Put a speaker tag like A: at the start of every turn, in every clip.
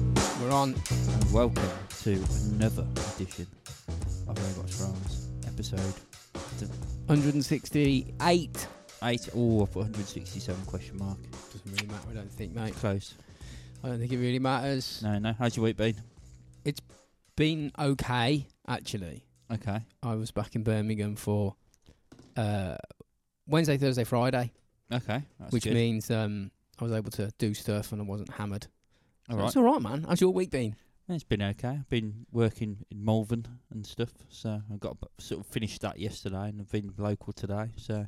A: everyone, and welcome to another edition of Robots France, episode 168. Eight. Oh, I put 167 question mark.
B: Doesn't really matter, I don't think, mate.
A: Close.
B: I don't think it really matters.
A: No, no. How's your week been?
B: Been okay, actually.
A: Okay.
B: I was back in Birmingham for uh, Wednesday, Thursday, Friday,
A: Okay. That's
B: which
A: good.
B: means um, I was able to do stuff and I wasn't hammered.
A: All
B: So
A: right.
B: It's all right, man. How's your week been?
A: Yeah, It's been okay. I've been working in Malvern and stuff, so I got b- sort of finished that yesterday, and I've been local today. So,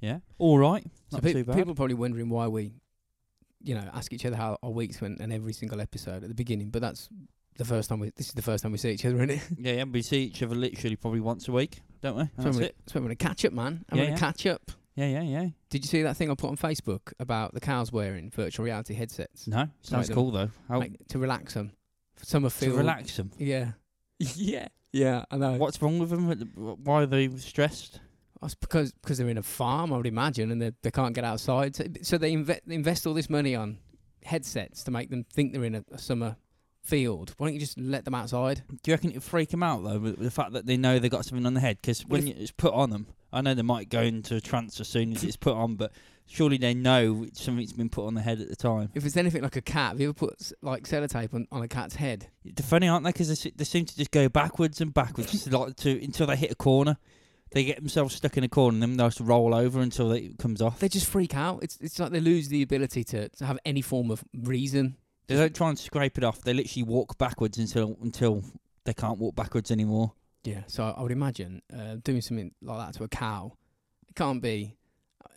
A: yeah, all right.
B: So
A: Not
B: pe-
A: too bad.
B: People are probably wondering why we, you know, ask each other how our weeks went in every single episode at the beginning, but that's the first time we. This is the first time we see each other, isn't it?
A: yeah, yeah. We see each other literally probably once a week, don't we? And
B: So I'm
A: that's
B: gonna-
A: it.
B: so I'm going to catch up, man. I'm
A: Yeah,
B: going
A: yeah.
B: to catch up.
A: Yeah, yeah, yeah.
B: Did you see that thing I put on Facebook about the cows wearing virtual reality headsets?
A: No, sounds
B: them.
A: cool though. How
B: Like, to relax them. Some are
A: Oh. to
B: feel
A: relax them.
B: Yeah. yeah. Yeah, I know.
A: What's wrong with them? Why are they stressed?
B: That's because because they're in a farm, I would imagine, and they they can't get outside. So, so they, inve- they invest all this money on headsets to make them think they're in a, a summer field. Why don't you just let them outside?
A: Do you reckon it would freak them out though? with The fact that they know they got something on the head because
B: Well,
A: when you, it's put on them, I know they might go into a trance as soon as it's put on, but surely they know something's been put on the head at the time.
B: If it's anything like a cat, have you ever put s- like sellotape on, on a cat's head?
A: They're funny, aren't they? Because they, se- they seem to just go backwards and backwards just like to, until they hit a corner. They get themselves stuck in a corner and then they have to roll over until they- it comes off.
B: They just freak out. It's it's like they lose the ability to, to have any form of reason.
A: They don't try and scrape it off. They literally walk backwards until until they can't walk backwards anymore.
B: Yeah, so I would imagine uh, doing something like that to a cow, it can't be.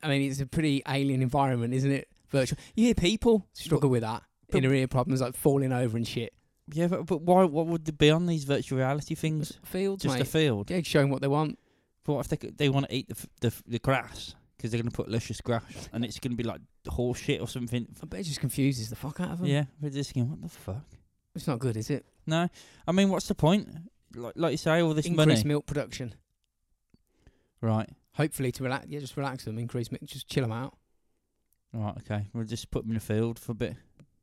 B: I mean, it's a pretty alien environment, isn't it? Virtual. You hear people struggle with that.
A: But-
B: Inner ear problems like falling over and shit.
A: Yeah, but, but why? What would they be on these virtual reality things?
B: Fields,
A: Just
B: mate.
A: a field.
B: yeah, showing what they want.
A: But what if they c- they want to eat the f- the, f- the grass because they're going to put luscious grass and it's going to be like horse shit or something?
B: I bet it just confuses the fuck out of them.
A: Yeah, we're just going. What the fuck?
B: It's not good, is it?
A: No, I mean, what's the point? Like, like you say, all this
B: increase
A: money,
B: milk production.
A: right?
B: Hopefully to relax. Yeah, just relax them. Increase milk. Just chill them out.
A: Right, okay. We'll just put them in a field for a bit.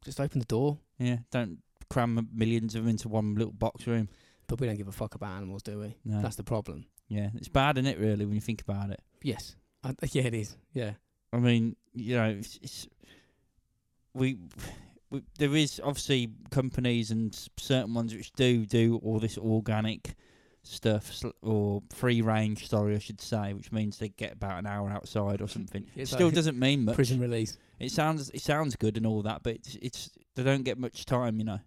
B: Just open the door.
A: Yeah, don't cram millions of them into one little box room.
B: But we don't give a fuck about animals, do we?
A: No.
B: That's the problem.
A: yeah, it's bad, is it? Really, when you think about it.
B: Yes. I, yeah, it is. Yeah.
A: I mean, you know, it's, it's we, we there is obviously companies and s- certain ones which do do all this organic stuff sl- or free range, sorry, I should say, which means they get about an hour outside or something. it
B: It's
A: still
B: like
A: doesn't mean much.
B: Prison release.
A: It sounds it sounds good and all that, but it's, it's they don't get much time, you know.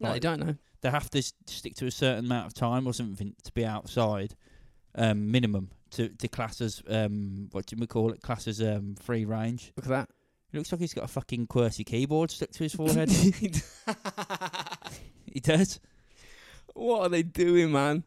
B: No, I
A: Like-
B: don't know.
A: They have to s- stick to a certain amount of time or something to be outside, um, minimum to to class as um what do we call it? Class as um free range.
B: Look at that.
A: It looks like he's got a fucking QWERTY keyboard stuck to his forehead. he does.
B: what are they doing, man?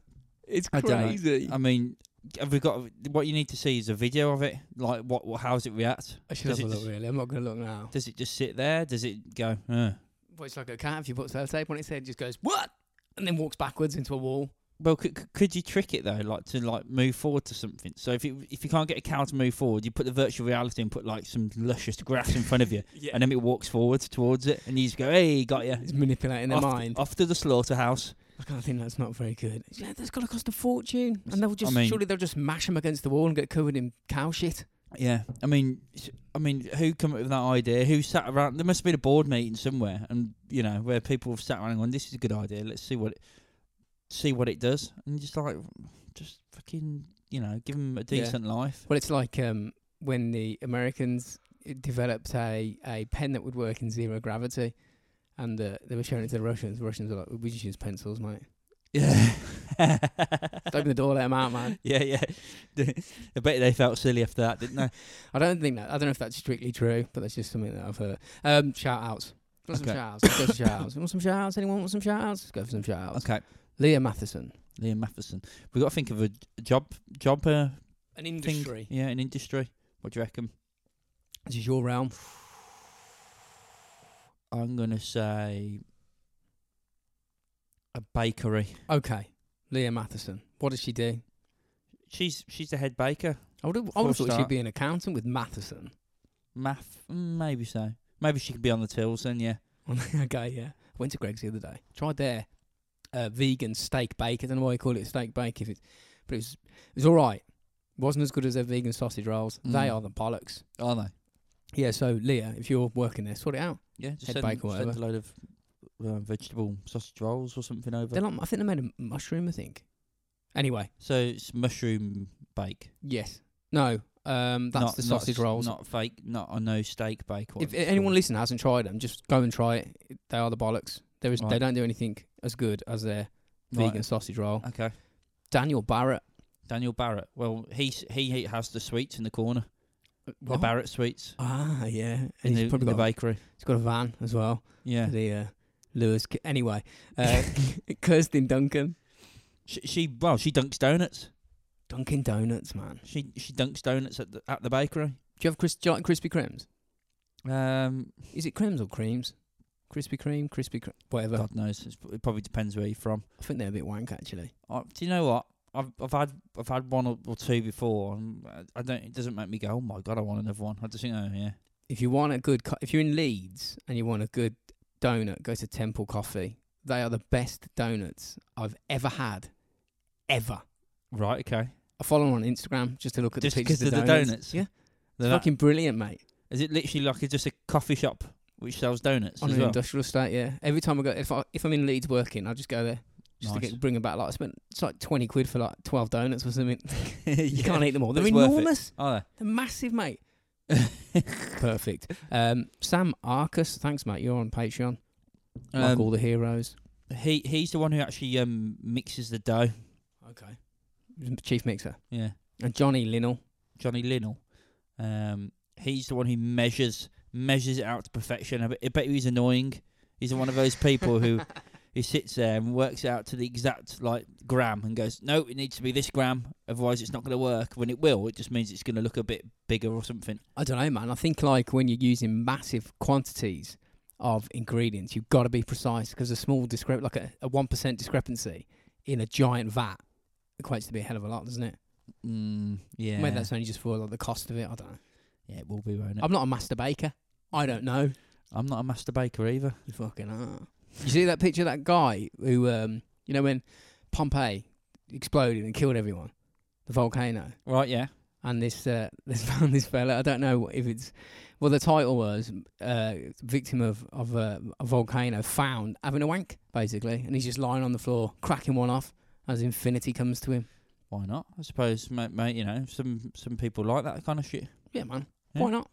B: It's
A: I don't know.
B: crazy.
A: I mean, have we got what you need to see is a video of it. Like, what, what how's it react?
B: I should have
A: Does
B: a
A: it
B: look,
A: just-
B: really. I'm not going to look now.
A: Does it just sit there? Does it go? Uh.
B: Well, it's like a cat. If you put sellotape on its head, it just goes, what? And then walks backwards into a wall.
A: Well, could, could- could you trick it though, like to like move forward to something? So if you if you can't get a cow to move forward, you put the virtual reality and put like some luscious grass in front of you,
B: Yeah.
A: and then it walks forwards towards it, and you just go, "Hey, got you."
B: It's manipulating their
A: off,
B: mind.
A: off to the slaughterhouse.
B: I kind of think that's not very good. Yeah, that's going to cost a fortune. And they'll just,
A: mean-
B: surely they'll just mash them against the wall and get covered in cow shit.
A: Yeah, I mean, s- I mean, who came up with that idea? Who sat around? There must have been a board meeting somewhere, and you know where people have sat around and gone, "This is a good idea. Let's see what it, see what it does." And you're just like, just fucking, you know, give them a decent life.
B: Well, it's like um, when the Americans developed a, a pen that would work in zero gravity. And uh, they were showing it to the Russians. The Russians were like, we just use pencils, mate.
A: Yeah.
B: Open the door, let them out, man.
A: yeah, yeah. I bet they felt silly after that, didn't they?
B: I don't think that. I don't know if that's strictly true, but that's just something that I've heard. Um, shout outs. Want some
A: Okay.
B: shout outs? Let's go for shout outs. Want some shout outs? Anyone want some shout outs? Let's go for some shout outs.
A: okay,
B: Leah Matheson.
A: Liam Matheson. We've got to think of a j- job, job uh,
B: An
A: thing. Yeah, an industry. What do you reckon?
B: This is your realm.
A: I'm gonna say a bakery.
B: Okay. Leah Matheson. What does she do?
A: She's she's the head baker.
B: I would have I would've
A: Full
B: thought she'd
A: start.
B: be an accountant with Matheson.
A: Math, mm, maybe so. Maybe she could be on the tills then. Yeah,
B: okay, yeah. Went to Greg's the other day. Tried their uh, vegan steak bake. I don't know why they call it steak bake, if it, but it was it was all right. Wasn't as good as their vegan sausage rolls. They
A: Mm.
B: are the bollocks.
A: Are they?
B: Yeah. So Leah, if you're working there, sort it out.
A: Yeah, just
B: Head
A: send,
B: bake or
A: send
B: whatever.
A: a load of uh, vegetable sausage rolls or something over.
B: They're not. I think they made a mushroom. I think. Anyway,
A: so it's mushroom bake.
B: yes. No. Um, that's
A: not,
B: the
A: not
B: sausage
A: s-
B: rolls.
A: Not fake. Not I know steak bake. or
B: if
A: whatever it's
B: anyone
A: called.
B: listening hasn't tried them, just go and try it. They are the bollocks. There is, They
A: Right.
B: don't do anything as good as their
A: Right,
B: vegan sausage roll.
A: Okay,
B: Daniel Barrett.
A: Daniel Barrett. Well, he s- he he has the sweets in the corner. The
B: What?
A: Barrett sweets
B: Ah, yeah. And
A: in
B: he's
A: the,
B: probably
A: the
B: got,
A: bakery.
B: he's got a van as well.
A: Yeah,
B: The uh, Lewis. ki- Anyway, uh, Kirsten Duncan.
A: she, she well she dunks donuts.
B: Dunkin' Donuts, man.
A: She she dunks donuts at the at the bakery.
B: Do you have Chris, do you like Krispy Kremes?
A: Um,
B: Is it creams or creams? Krispy Kreme, Krispy Kreme, whatever.
A: God knows. It's, it probably depends where you're from.
B: I think they're a bit wank actually.
A: I, do you know what? I've I've had I've had one or, or two before, and uh, I, I don't. It doesn't make me go, oh my god, I want another one. I just think, oh yeah,
B: If you want a good, co- if you're in Leeds and you want a good donut, go to Temple Coffee. They are the best donuts I've ever had, ever.
A: right, okay.
B: I follow them on Instagram just to look at
A: Just
B: the pictures
A: 'cause
B: of
A: of the donuts?
B: Yeah,
A: They're
B: it's
A: that-
B: fucking brilliant, mate.
A: Is it literally like it's just a coffee shop which sells donuts
B: on
A: as
B: an
A: well?
B: industrial estate. Yeah, every time I go, if I if I'm in Leeds working, I just go there just to
A: Nice.
B: get bring them back. Like I spent it's like twenty quid for like twelve donuts or something. You
A: Yeah.
B: can't eat them all.
A: but
B: They're
A: it's worth it.
B: enormous.
A: Are
B: They're massive, mate.
A: they?
B: Perfect. Um, Sam Arcus, thanks, mate. You're on Patreon. Like
A: Um,
B: all the heroes.
A: he he's the one who actually um mixes the dough.
B: Okay. Chief mixer
A: Yeah,
B: and Johnny Linnell.
A: Johnny Linnell. Um, he's the one who measures measures it out to perfection. I bet, I bet he's annoying. He's one of those people who who sits there and works it out to the exact like gram and goes, no, it needs to be this gram, otherwise it's not going to work. When it will, it just means it's going to look a bit bigger or something.
B: I don't know, man. I think like when you're using massive quantities of ingredients, you've got to be precise because a small discrep, like a- a one percent discrepancy in a giant vat, equates to be a hell of a lot, doesn't it?
A: Mm, yeah,
B: Maybe that's only just for like the cost of it. I don't know.
A: yeah, it will be, won't it?
B: I'm not a master baker. I don't know.
A: I'm not a master baker either.
B: You fucking are. You see that picture of that guy who, um, you know, when Pompeii exploded and killed everyone, the volcano,
A: Right, yeah.
B: and this uh, this found this fella. I don't know if it's well. The title was uh, victim of of a, a volcano found having a wank basically, and he's just lying on the floor cracking one off as infinity comes to him.
A: Why not? I suppose, mate, mate, you know, some some people like that kind of shit.
B: Yeah, man.
A: Yeah.
B: Why not?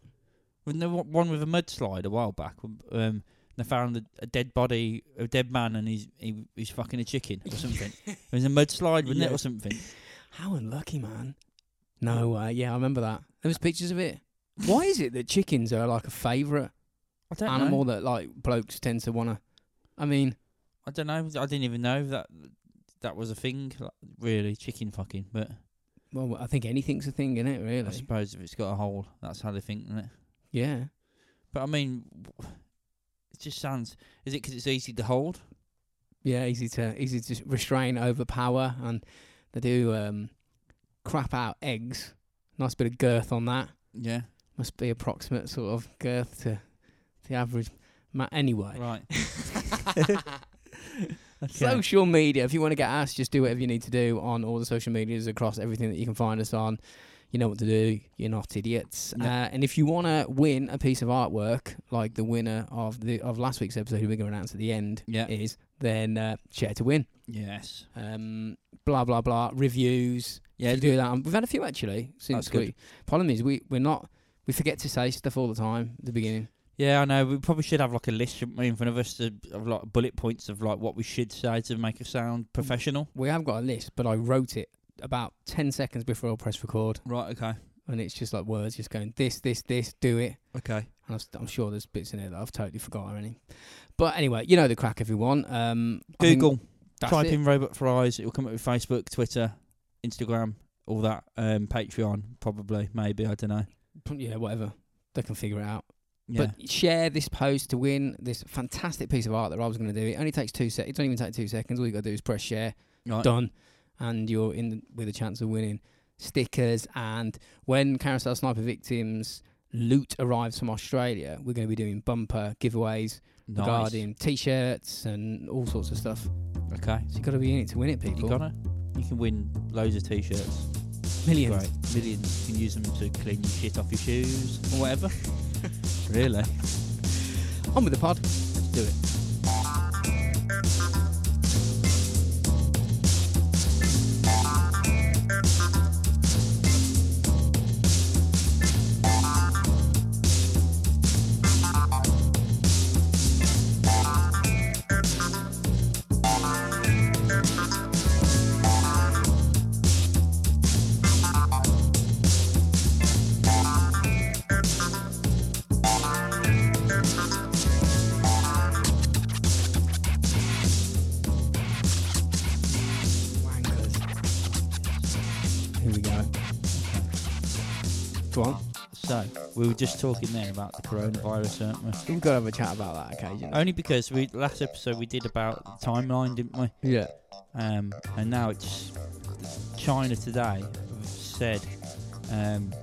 A: When the one one with a mudslide a while back, um, they found a, a dead body, a dead man, and he's he, he's fucking a chicken or something. it was a mudslide, wasn't it,
B: Yeah.
A: or something?
B: How unlucky, man. No way. yeah, I remember that. There was pictures of it. Why is it that chickens are like a favourite
A: I don't
B: animal
A: know.
B: that like blokes tend to wanna? I mean,
A: I don't know. I didn't even know that that was a thing. like, Really, chicken fucking. But
B: well, I think anything's a thing in it,
A: I
B: really.
A: suppose if it's got a hole, that's how they think, isn't it?
B: Yeah.
A: But I mean, w- it just sounds. Is it 'cause it's easy to hold?
B: Yeah, easy to easy to restrain, overpower, and they do um, crap out eggs. Nice bit of girth on that.
A: Yeah.
B: Must be approximate sort of girth to the average. Ma- anyway,
A: Right. Okay.
B: social media. If you want to get us, just do whatever you need to do on all the social medias across everything that you can find us on. You know what to do. You're not idiots.
A: No.
B: Uh, and if you want to win a piece of artwork, like the winner of the of last week's episode, who we're going to announce at the end
A: Yeah.
B: is, then uh, share to win
A: Yes.
B: um, blah blah blah reviews. Yeah,
A: Yeah.
B: do that. Um, We've had a few actually since
A: That's good.
B: we. Problem is, we we're not we forget to say stuff all the time at the beginning.
A: Yeah, I know. We probably should have like a list shouldn't we, in front of us to, of like bullet points of like what we should say to make it sound professional.
B: We have got a list, but I wrote it about ten seconds before I pressed record,
A: Right. Okay.
B: and it's just like words just going this this this do it.
A: Okay.
B: And I'm s- I'm sure there's bits in there that I've totally forgot already. But anyway, you know the crack, everyone. Um, I think
A: Google.
B: that's
A: Type
B: it.
A: in robot fries. It will come up with Facebook, Twitter, Instagram, all that. Um, Patreon, probably, maybe. I don't know.
B: Yeah, whatever. They can figure it out.
A: Yeah.
B: But share this post to win this fantastic piece of art that Rob's going to do. It only takes two seconds. It doesn't even take two seconds. All you got to do is press share.
A: right.
B: Done. And you're in with a chance of winning stickers. And when Carousel Sniper Victims loot arrives from Australia, we're going to be doing bumper giveaways
A: Nice.
B: regarding t-shirts and all sorts of stuff.
A: Okay.
B: So you got to be in it to win it, people.
A: You gotta. You can win loads of t-shirts.
B: Millions.
A: Great. Millions. You can use them to clean shit off your shoes or whatever. really?
B: On with the pod.
A: Let's do it.
B: Wankers. Here we go. Go on.
A: So we were just talking there about the coronavirus, weren't we?
B: We've got to have a chat about that occasionally.
A: Only because we last episode we did about the timeline, didn't we?
B: yeah.
A: Um, and now it's China today have said um,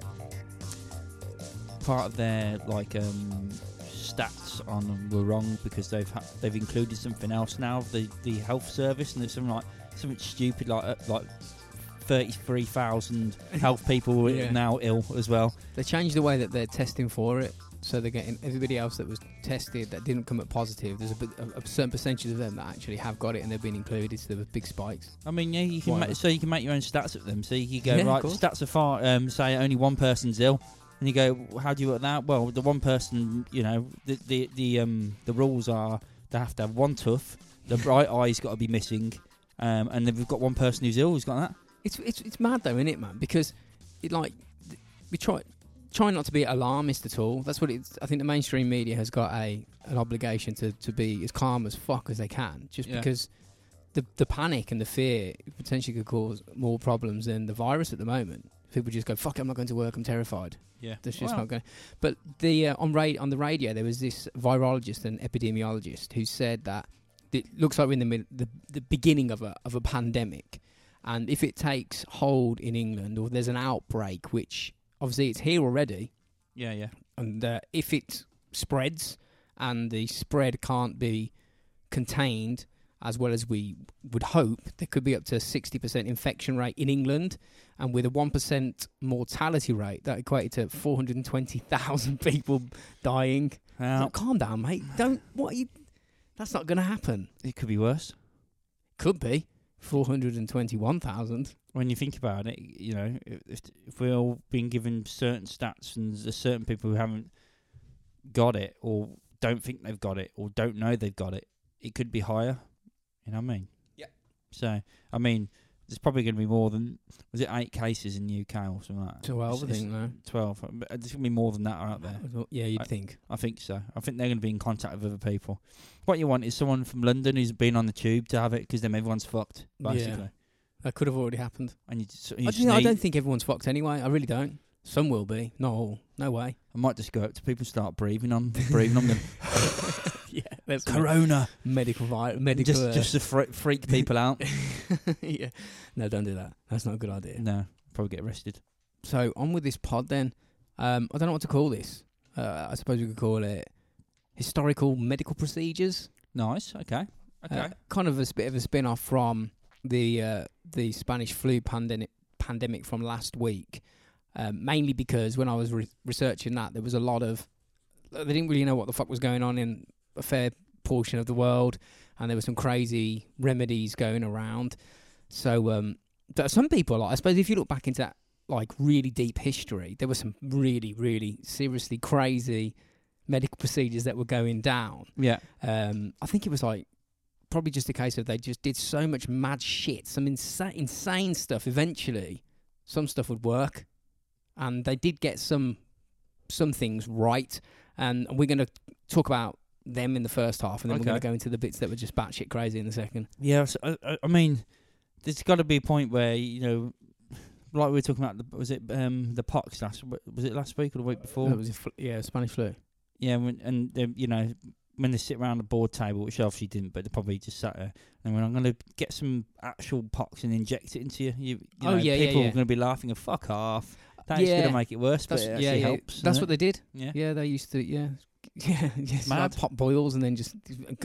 A: part of their like um, stats on them were wrong because they've ha- they've included something else now the the health service and there's something like something stupid like uh, like thirty three thousand health people
B: Yeah.
A: are now ill as well.
B: They changed the way that they're testing for it. So they're getting everybody else that was tested that didn't come up positive. There's a, bit, a, a certain percentage of them that actually have got it and they've been included. So there were big spikes.
A: I mean, yeah, you can
B: Whatever.
A: ma- so you can make your own stats of them. So you go
B: Yeah, of
A: right,
B: course.
A: stats are far. Um, say only one person's ill, and you go, "Well, how do you work that? out?" Well, the one person, you know, the the the um the rules are they have to have one tooth, the right eye's got to be missing, um, and then we've got one person who's ill who's got that.
B: It's it's it's mad though, isn't it, man? Because it like th- we try try not to be alarmist at all. That's what it's. I think the mainstream media has got a an obligation to to be as calm as fuck as they can, just
A: Yeah.
B: because. The, the panic and the fear potentially could cause more problems than the virus at the moment. People just go, fuck, it, I'm not going to work, I'm terrified.
A: Yeah,
B: That's just not going. to But the uh, on ra- on the radio, there was this virologist and epidemiologist who said that it looks like we're in the mid- the, the beginning of a of a pandemic, and if it takes hold in England or there's an outbreak, which obviously it's here already,
A: yeah, yeah,
B: and uh, if it spreads and the spread can't be contained as well as we would hope, there could be up to 60% infection rate in England. And with a 1% mortality rate, that equated to 420,000 people dying.
A: Well,
B: Like, calm down, mate. Don't, what are you, that's not going to happen.
A: it could be worse
B: Could be 421,000.
A: when you think about it. You know, if, if we're all being given certain stats and there's certain people who haven't got it or don't think they've got it or don't know they've got it, it could be higher. You know what I mean?
B: Yeah.
A: So I mean, there's probably going to be more than was it eight cases in the UK or something like that.
B: 12, I
A: It's-
B: think, no.
A: it's Twelve. Uh, but There's going to be more than that out there.
B: Yeah, you'd
A: I-
B: think.
A: I think so. I think they're going to be in contact with other people. What you want is someone from London who's been on the tube to have it because then everyone's fucked
B: Yeah.
A: basically.
B: That could have already happened.
A: And you just, you
B: I,
A: just
B: don't know, I
A: need-
B: don't think everyone's fucked anyway. I really don't. Some will be, not all. No way.
A: I might just go up to people and start breathing on breathing on them.
B: yeah, that's
A: Corona.
B: medical vi- medical.
A: Just
B: uh,
A: just to fre- freak people out.
B: yeah. No, don't do that. That's not a good idea.
A: no, probably get arrested.
B: So on with this pod then. Um, I don't know what to call this. Uh, I suppose we could call it historical medical procedures.
A: Nice. Okay. Okay.
B: Uh, kind of a s- bit of a spin off from the uh, the Spanish flu pandemic pandemic from last week, um, mainly because when I was re- researching that, there was a lot of they didn't really know what the fuck was going on in a fair portion of the world, and there were some crazy remedies going around. So, um, but some people, like, I suppose, if you look back into that like really deep history, there were some really, really seriously crazy medical procedures that were going down
A: yeah.
B: um, I think it was like probably just a case of they just did so much mad shit, some insane, insane stuff. Eventually, some stuff would work, and they did get some some things right. And we're going to talk about them in the first half, and then
A: Okay.
B: we're going to go into the bits that were just batshit crazy in the second.
A: Yeah. So, I- I, I mean, there's got to be a point where you know, like we were talking about, the, was it um the pox last? Was it last week or the week before?
B: That was a fl- yeah, Spanish flu.
A: Yeah, when, and um, you know when they sit around a board table, which obviously didn't, but they probably just sat there. And when I'm going to get some actual pox and inject it into you, you, you
B: Oh,
A: know,
B: yeah, yeah,
A: people
B: yeah.
A: are going to be laughing and fuck off. That is
B: Yeah.
A: gonna make it worse, but
B: That's-
A: it
B: yeah,
A: actually
B: yeah,
A: helps.
B: That's
A: doesn't
B: what they did.
A: it? yeah.
B: Yeah, they used to. Yeah, yeah, yeah. so
A: Mad.
B: Like pop boils and then just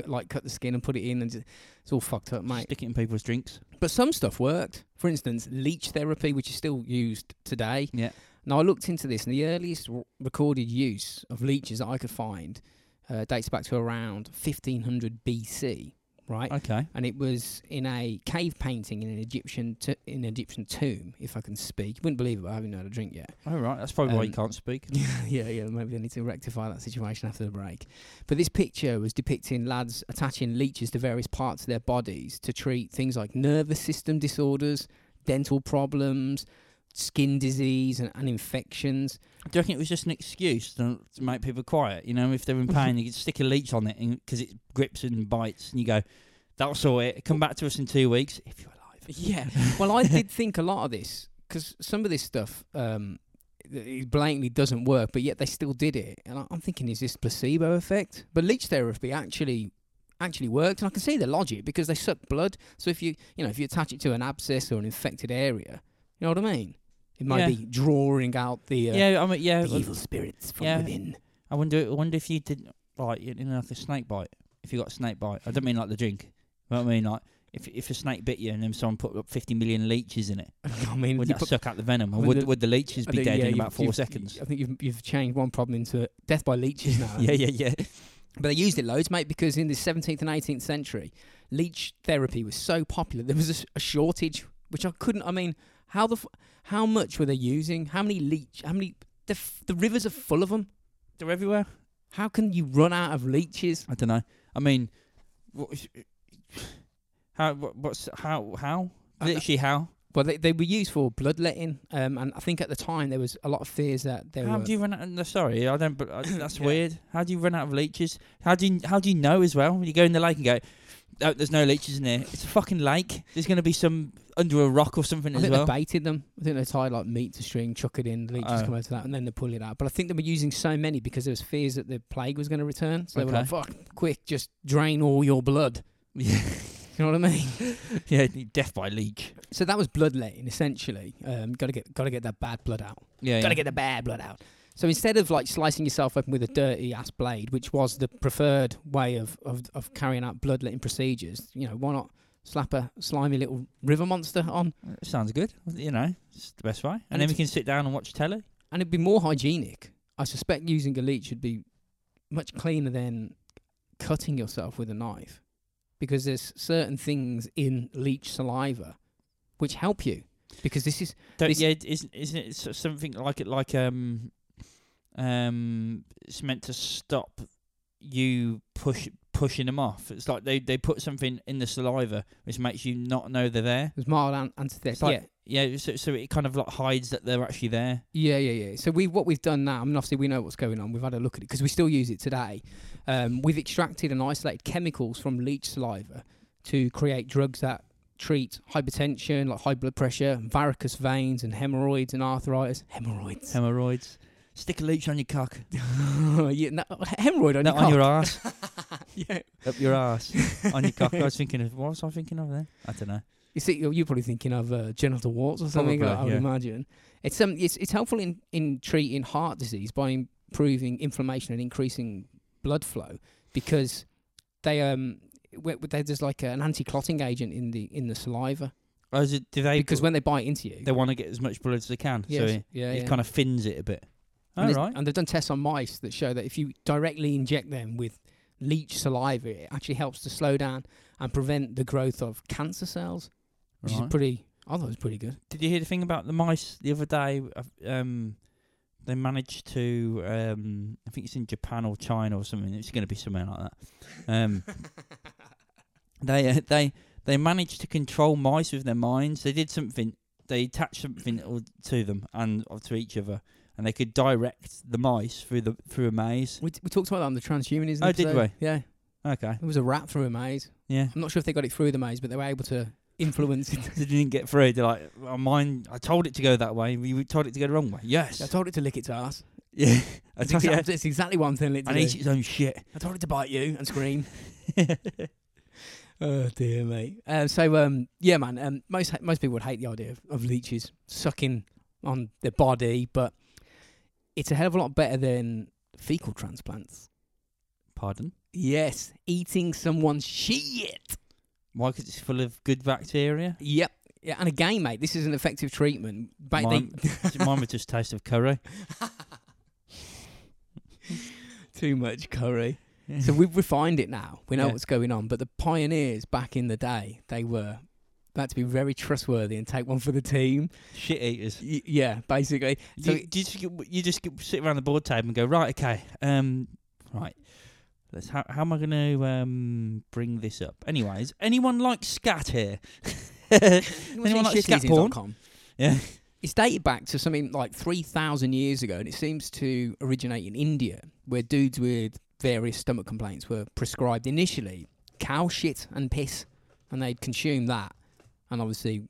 B: like cut the skin and put it in, and just, it's all fucked up, mate.
A: Stick it in people's drinks.
B: But some stuff worked. For instance, leech therapy, which is still used today.
A: Yeah.
B: Now I looked into this, and the earliest r- recorded use of leeches that I could find uh, dates back to around 1500 BC, right?
A: Okay.
B: And it was in a cave painting in an Egyptian t- in an Egyptian tomb, if I can speak. You wouldn't believe it. I haven't had a drink yet.
A: All right. That's probably why you
B: Um,
A: can't speak.
B: Yeah, yeah, yeah. Maybe they need to rectify that situation after the break. But this picture was depicting lads attaching leeches to various parts of their bodies to treat things like nervous system disorders, dental problems, skin disease, and, and infections.
A: Do you reckon it was just an excuse to, to make people quiet? You know, if they're in pain, you could stick a leech on it because it grips and bites, and you go, "That'll sort it. Come back to us in two weeks if you're alive."
B: Yeah. well, I did think a lot of this because some of this stuff. Um, it blatantly doesn't work, but yet they still did it. And I- I'm thinking, is this placebo effect? But leech therapy actually actually worked, and I can see the logic because they suck blood. So if you you know if you attach it to an abscess or an infected area, you know what I mean? It might
A: Yeah.
B: be drawing out the uh,
A: Yeah. I mean, yeah.
B: the evil spirits from
A: yeah.
B: within.
A: I wonder. I wonder if you did like you know, like a snake bite. If you got a snake bite, I don't mean like the drink. I mean like if if a snake bit you and then someone put up fifty million leeches in it,
B: I mean,
A: would
B: you
A: that
B: put-
A: suck out the venom? Or
B: Would
A: would
B: the-
A: would the leeches
B: I
A: be
B: think,
A: dead
B: yeah,
A: in
B: you've-
A: about 4
B: you've- uh,
A: seconds?
B: I think you've you've changed one problem into death by leeches now.
A: yeah, yeah, yeah.
B: But they used it loads, mate, because in the 17th and 18th century, leech therapy was so popular. There was a, s- a shortage, which I couldn't. I mean, how the f- how much were they using? How many leech? How many? The, f- the rivers are full of them.
A: They're everywhere.
B: How can you run out of leeches?
A: I don't know. I mean, what, is- how? What, what's how? How?
B: I-
A: Literally how?
B: Well, they, they were used for bloodletting, um, and I think at the time there was a lot of fears that there
A: How
B: were.
A: do you run out? No, sorry, I don't. But I, that's
B: Yeah.
A: weird. How do you run out of leeches? How do you? How do you know as well? You go in the lake and go. Oh, there's no leeches in there. It's a fucking lake. There's going to be some under a rock or something
B: I
A: as
B: think
A: well.
B: they baited them. I think they tied like meat to string, chuck it in, leeches
A: Oh.
B: come out of that, and then they pull it out. But I think they were using so many because there was fears that the plague was going to return. So they were like,
A: Okay.
B: "Fuck, quick, just drain all your blood."
A: yeah,
B: You know what I mean?
A: yeah, death by leech.
B: So that was bloodletting essentially. Um, gotta get gotta get that bad blood out.
A: Yeah,
B: Gotta
A: yeah.
B: get the bad blood out. So instead of like slicing yourself open with a dirty ass blade, which was the preferred way of, of, of carrying out bloodletting procedures, you know, why not slap a slimy little river monster on?
A: Sounds good. You know, it's the best way. And,
B: And
A: then we
B: it's-
A: can sit down and watch telly.
B: And it'd be more hygienic. I suspect using a leech would be much cleaner than cutting yourself with a knife. Because there's certain things in leech saliva which help you. Because this is
A: Don't,
B: This-
A: yeah, isn't isn't it so- something like it like um um it's meant to stop you push pushing them off. It's like they they put something in the saliva which makes you not know they're there.
B: there's mild an- antisthetic.
A: It's like, yeah, so so it kind of like hides that they're actually there.
B: Yeah, yeah, yeah. So we what we've done now, I mean, obviously we know what's going on. We've had a look at it because we still use it today. Um, we've extracted and isolated chemicals from leech saliva to create drugs that treat hypertension, like high blood pressure, varicose veins, and hemorrhoids and arthritis. Hemorrhoids.
A: Hemorrhoids. Stick a leech on your cock.
B: yeah, no, hemorrhoid on
A: Not
B: your
A: on your
B: cock.
A: ass.
B: yeah.
A: up your ass. on your cock. I was thinking of what was I thinking of there? I don't know.
B: You see, you're, you're probably thinking of uh, genital warts or something.
A: Probably,
B: I would
A: yeah.
B: imagine it's um, it's it's helpful in in treating heart disease by improving inflammation and increasing blood flow because they um wh- wh- there's like an anti-clotting agent in the in the saliva
A: Or Oh, is it do they
B: because when they bite into you,
A: they want to get as much blood as they can.
B: yes,
A: So it,
B: yeah,
A: it
B: yeah.
A: kind of thins it a bit.
B: and
A: All
B: there's-
A: right.
B: and they've done tests on mice that show that if you directly inject them with leech saliva, it actually helps to slow down and prevent the growth of cancer cells, which
A: right.
B: is pretty. I thought it was pretty good.
A: Did you hear the thing about the mice the other day? Uh, Um, they managed to, um, I think it's in Japan or China or something. It's going to be somewhere like that. Um, they uh, they they managed to control mice with their minds. They did something. They attached something or- to them and or to each other, and they could direct the mice through the through a maze.
B: We, t- we talked about that on the transhumanism.
A: Oh, did
B: episode. Yeah,
A: Okay,
B: it was a rat through a maze.
A: yeah.
B: I'm not sure if they got it through the maze, but they were able to influence it.
A: they didn't get through. They're like, oh, mine. I told it to go that way. You told it to go the wrong way. Yes.
B: I told it to lick its ass.
A: yeah. I
B: That's
A: told
B: exactly,
A: yeah.
B: that's exactly what I'm telling it to
A: And
B: do.
A: eats its own shit.
B: I told it to bite you and scream. oh dear, um, mate. Uh, so um, yeah, man. Um, most ha- most people would hate the idea of, of leeches sucking. on their body, but it's a hell of a lot better than fecal transplants.
A: Pardon?
B: Yes, eating someone's shit.
A: Why? Because it's full of good bacteria.
B: Yep. Yeah, and again, mate, this is an effective treatment. Back
A: Mine-
B: then,
A: Mine would just taste of curry.
B: too much curry. so we've refined it now. We know
A: Yeah.
B: what's going on. But the pioneers back in the day, they were they had to be very trustworthy and take one for the team.
A: Shit eaters.
B: Y- yeah, basically. So
A: you, do you just, get- you just get- sit around the board table and go, right, okay, um, right. Let's. How, how am I going to um, bring this up? Anyways, anyone like scat here? anyone like scat porn?
B: shitheatings.com.
A: Yeah.
B: It's dated back to something like 3,000 years ago, and it seems to originate in India, where dudes with various stomach complaints were prescribed initially cow shit and piss, and they'd consume that. And obviously,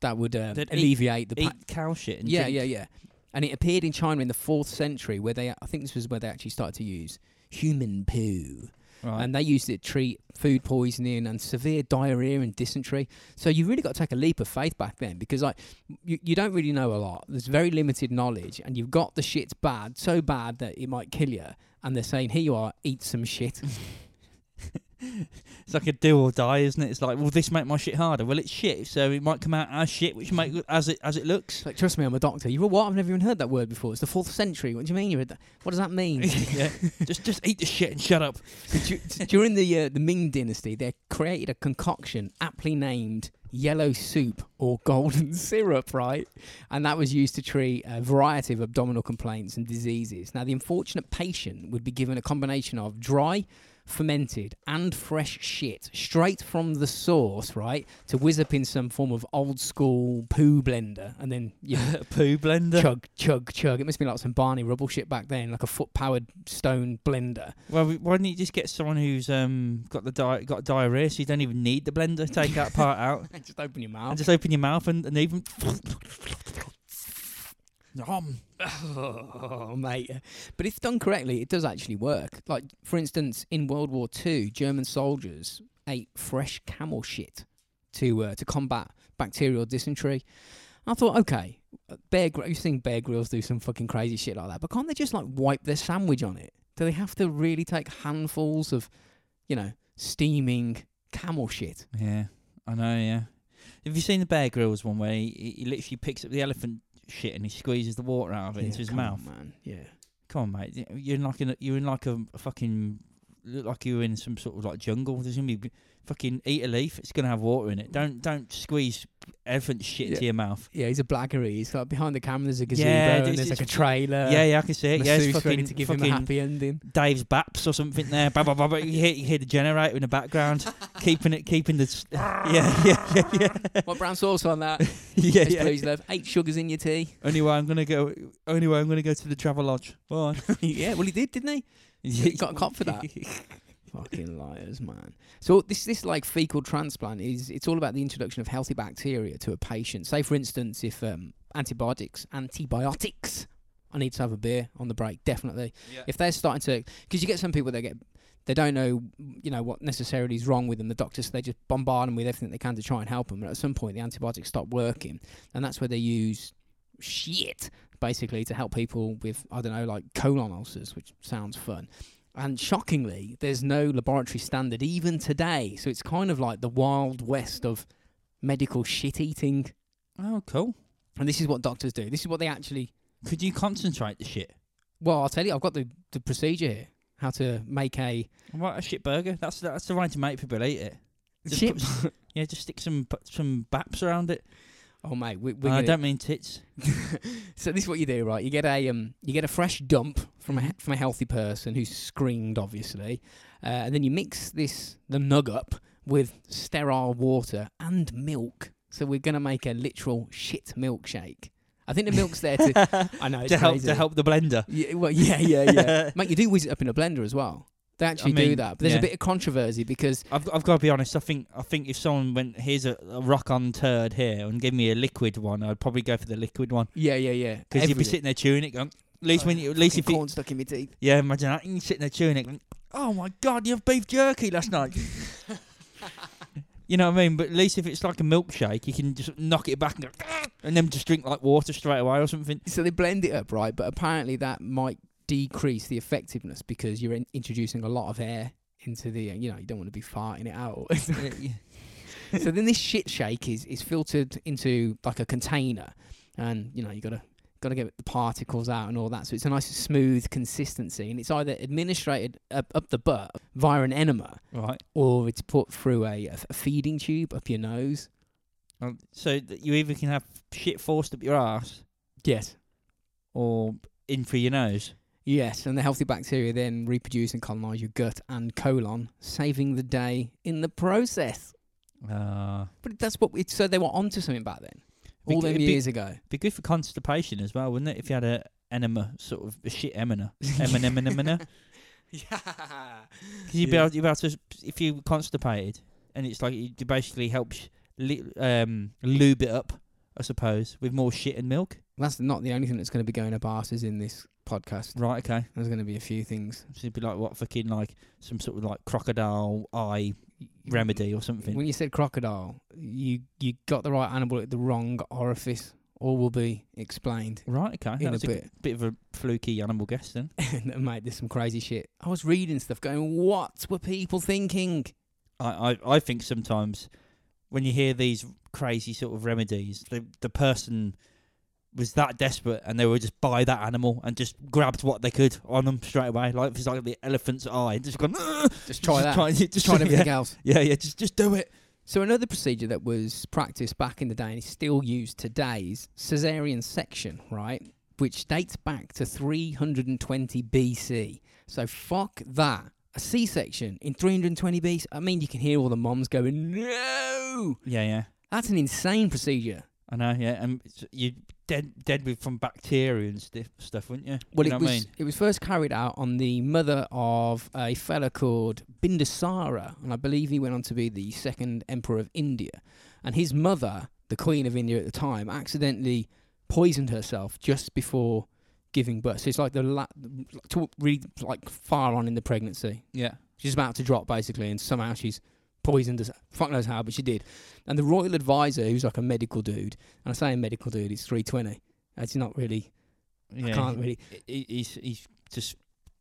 B: that would uh,
A: They'd eat-
B: alleviate the. pa-
A: Eat cow shit and
B: yeah,
A: drink.
B: yeah, yeah. And it appeared in China in the fourth century, where they, I think this was where they actually started to use human poo.
A: Right.
B: And they used it to treat food poisoning and severe diarrhea and dysentery. So you really got to take a leap of faith back then because like you, you don't really know a lot. There's very limited knowledge, and you've got the shit's bad, so bad that it might kill you. And they're saying, here you are, eat some shit.
A: it's like a do or die, isn't it? It's like, will this make my shit harder? Well, it's shit, so it might come out as shit, which make as it as it looks.
B: It's like, trust me, I'm a doctor. You were what? I've never even heard that word before. It's the fourth century. What do you mean? You're a doc- what does that mean?
A: yeah. Just just eat the shit and shut up.
B: Du- During the uh, the Ming Dynasty, they created a concoction aptly named yellow soup or golden syrup, right? And that was used to treat a variety of abdominal complaints and diseases. Now, the unfortunate patient would be given a combination of dry, fermented, and fresh shit straight from the source, right? To whiz up in some form of old school poo blender, and then you
A: A poo blender.
B: chug, chug, chug. It must be like some Barney Rubble shit back then, like a foot powered stone blender.
A: Well, we- why don't you just get someone who's um got the di- got diarrhea, so you don't even need the blender. Take that part out
B: Just open your mouth.
A: and just open your mouth and, and even. Nom.
B: Oh, mate. But if done correctly, it does actually work. Like, for instance, in World War Two, German soldiers ate fresh camel shit to uh, to combat bacterial dysentery. I thought, okay, Bear Gr- you've seen Bear Grylls do some fucking crazy shit like that, but can't they just, like, wipe their sandwich on it? Do they have to really take handfuls of, you know, steaming camel shit?
A: Yeah, I know. Yeah, have you seen the Bear Grylls one where he, he- he literally picks up the elephant shit and he squeezes the water out of it
B: Yeah,
A: into his
B: come
A: mouth?
B: on, man. Yeah.
A: Come on, mate. y- You're in like in a, you're in like a fucking look like you're in some sort of like jungle. There's gonna be b- fucking eat a leaf. It's gonna have water in it. Don't don't squeeze elephant shit into
B: Yeah.
A: your mouth.
B: Yeah, he's a blackery. He's like behind the camera. There's a gazebo
A: Yeah,
B: and
A: it's-
B: there's like a
A: it's-
B: trailer.
A: yeah, yeah, I can see it. Yeah,
B: Masseuse
A: it's
B: ready
A: Uh, fucking,
B: to give him a
A: fucking
B: happy ending.
A: Dave's Baps or something there. Bah, bah, bah, bah. You, hear, you hear the generator in the background, keeping it, keeping the. s- yeah, yeah, yeah, yeah.
B: What brown sauce on that?
A: yeah,
B: yes,
A: yeah.
B: please, love. Eight sugars in your tea.
A: Only way I'm gonna go. Only way I'm gonna go to the travel lodge. Bye.
B: yeah, well, he did, didn't he? He got caught for that. Fucking liars, man. So this this like fecal transplant is it's all about the introduction of healthy bacteria to a patient. Say for instance, if um, antibiotics, antibiotics. I need to have a beer on the break, definitely. If they're starting to, because you get some people that get, they don't know, you know, what necessarily is wrong with them. The doctors they just bombard them with everything they can to try and help them. But at some point, the antibiotics stop working, and that's where they use shit basically to help people with I don't know, like colon ulcers, which sounds fun. And shockingly, there's no laboratory standard even today. So it's kind of like the wild west of medical shit eating.
A: Oh, cool.
B: And this is what doctors do. This is what they actually.
A: Could you concentrate the shit?
B: Well, I'll tell you, I've got the, the procedure here. How to make a
A: What a shit burger. That's that's the way to make people eat it. Just
B: shit.
A: put s- yeah, just stick some bu- some baps around it.
B: Oh mate, we, we're
A: And I
B: gonna-
A: Uh, don't mean tits.
B: so this is what you do, right? You get a um, you get a fresh dump from a he- from a healthy person who's screened, obviously, uh, and then you mix this the nug up with sterile water and milk. So we're gonna make a literal shit milkshake. I think the milk's there to. I know it's
A: to help
B: crazy.
A: to help the blender.
B: Yeah, well, yeah, yeah, yeah. Mate, you do whiz it up in a blender as well. They actually do
A: mean,
B: that. But there's
A: yeah.
B: a bit of controversy because
A: I've I've got to be honest. I think I think if someone went here's a, a rock on turd here and gave me a liquid one, I'd probably go for the liquid one
B: yeah, yeah, yeah.
A: because you'd be
B: everything.
A: sitting there chewing it. Going, at least when you at least
B: Fucking
A: if you,
B: corn stuck in my teeth.
A: yeah, imagine that you're sitting there chewing it. Going, oh my god, you have beef jerky last night. you know what I mean? But at least if it's like a milkshake, you can just knock it back and go. and them just drink like water straight away or something.
B: So they blend it up, right? But apparently that might decrease the effectiveness because you're in- introducing a lot of air into the, you know, you don't want to be farting it out. so then this shit shake is, is filtered into like a container, and you know you gotta gotta get the particles out and all that. So it's a nice smooth consistency, and it's either administrated up, up the butt via an enema,
A: right.
B: or it's put through a, a feeding tube up your nose.
A: Um, so that you either can have shit forced up your ass
B: Yes.
A: or in through your nose.
B: Yes, and the healthy bacteria then reproduce and colonize your gut and colon, saving the day in the process.
A: Uh,
B: But that's what it's so they were onto something back then, all
A: Be-
B: them
A: be-
B: years ago.
A: be good for constipation as well, wouldn't it? If you had a enema, sort of a shit emina, emina, emina, emina.
B: yeah,
A: You'd be able, you'd be able to, if you were constipated, and it's like it basically helps li- um, lube it up, I suppose, with more shit and milk.
B: That's not the only thing that's going to be going up asses in this podcast.
A: Right, okay.
B: There's going to be a few things.
A: So it'd be like what fucking like some sort of like crocodile eye
B: Mm.
A: remedy or something.
B: When you said crocodile, you you got the right animal at the wrong orifice. All will be explained
A: Right, okay.
B: in a
A: That was a
B: bit.
A: bit of a fluky animal guess then.
B: and uh, mate, there's some crazy shit. I was reading stuff, going, what were people thinking?
A: I, I, I think sometimes when you hear these crazy sort of remedies, the the person was that desperate and they were just by that animal and just grabbed what they could on them straight away. Like if it's like the elephant's eye, and just gone. "Ugh,"
B: Just try
A: just
B: that.
A: Try, just,
B: Just trying
A: yeah,
B: everything else.
A: yeah, yeah. Just just do it.
B: So another procedure that was practiced back in the day and is still used today is caesarean section, right? Which dates back to 320 BC. So fuck that. A C-section in 320 BC. I mean, you can hear all the moms going, "No,
A: Yeah, yeah.
B: that's an insane procedure."
A: I know. Yeah, and it's- you dead dead with from bacteria and stuff, stuff, wouldn't you?
B: Well,
A: you know
B: it
A: what
B: was
A: I mean?
B: it was first carried out on the mother of a fella called Bindusara, and I believe he went on to be the second emperor of India. And his mother, the queen of India at the time, accidentally poisoned herself just before giving birth. So it's like the la- to really like far on in the pregnancy.
A: Yeah.
B: She's about to drop basically, and somehow she's poisoned us. Fuck knows how, but she did. And the royal advisor, who's like a medical dude, and I say a medical dude, it's 320. That's not really.
A: Yeah.
B: can't really-
A: He, he's he's just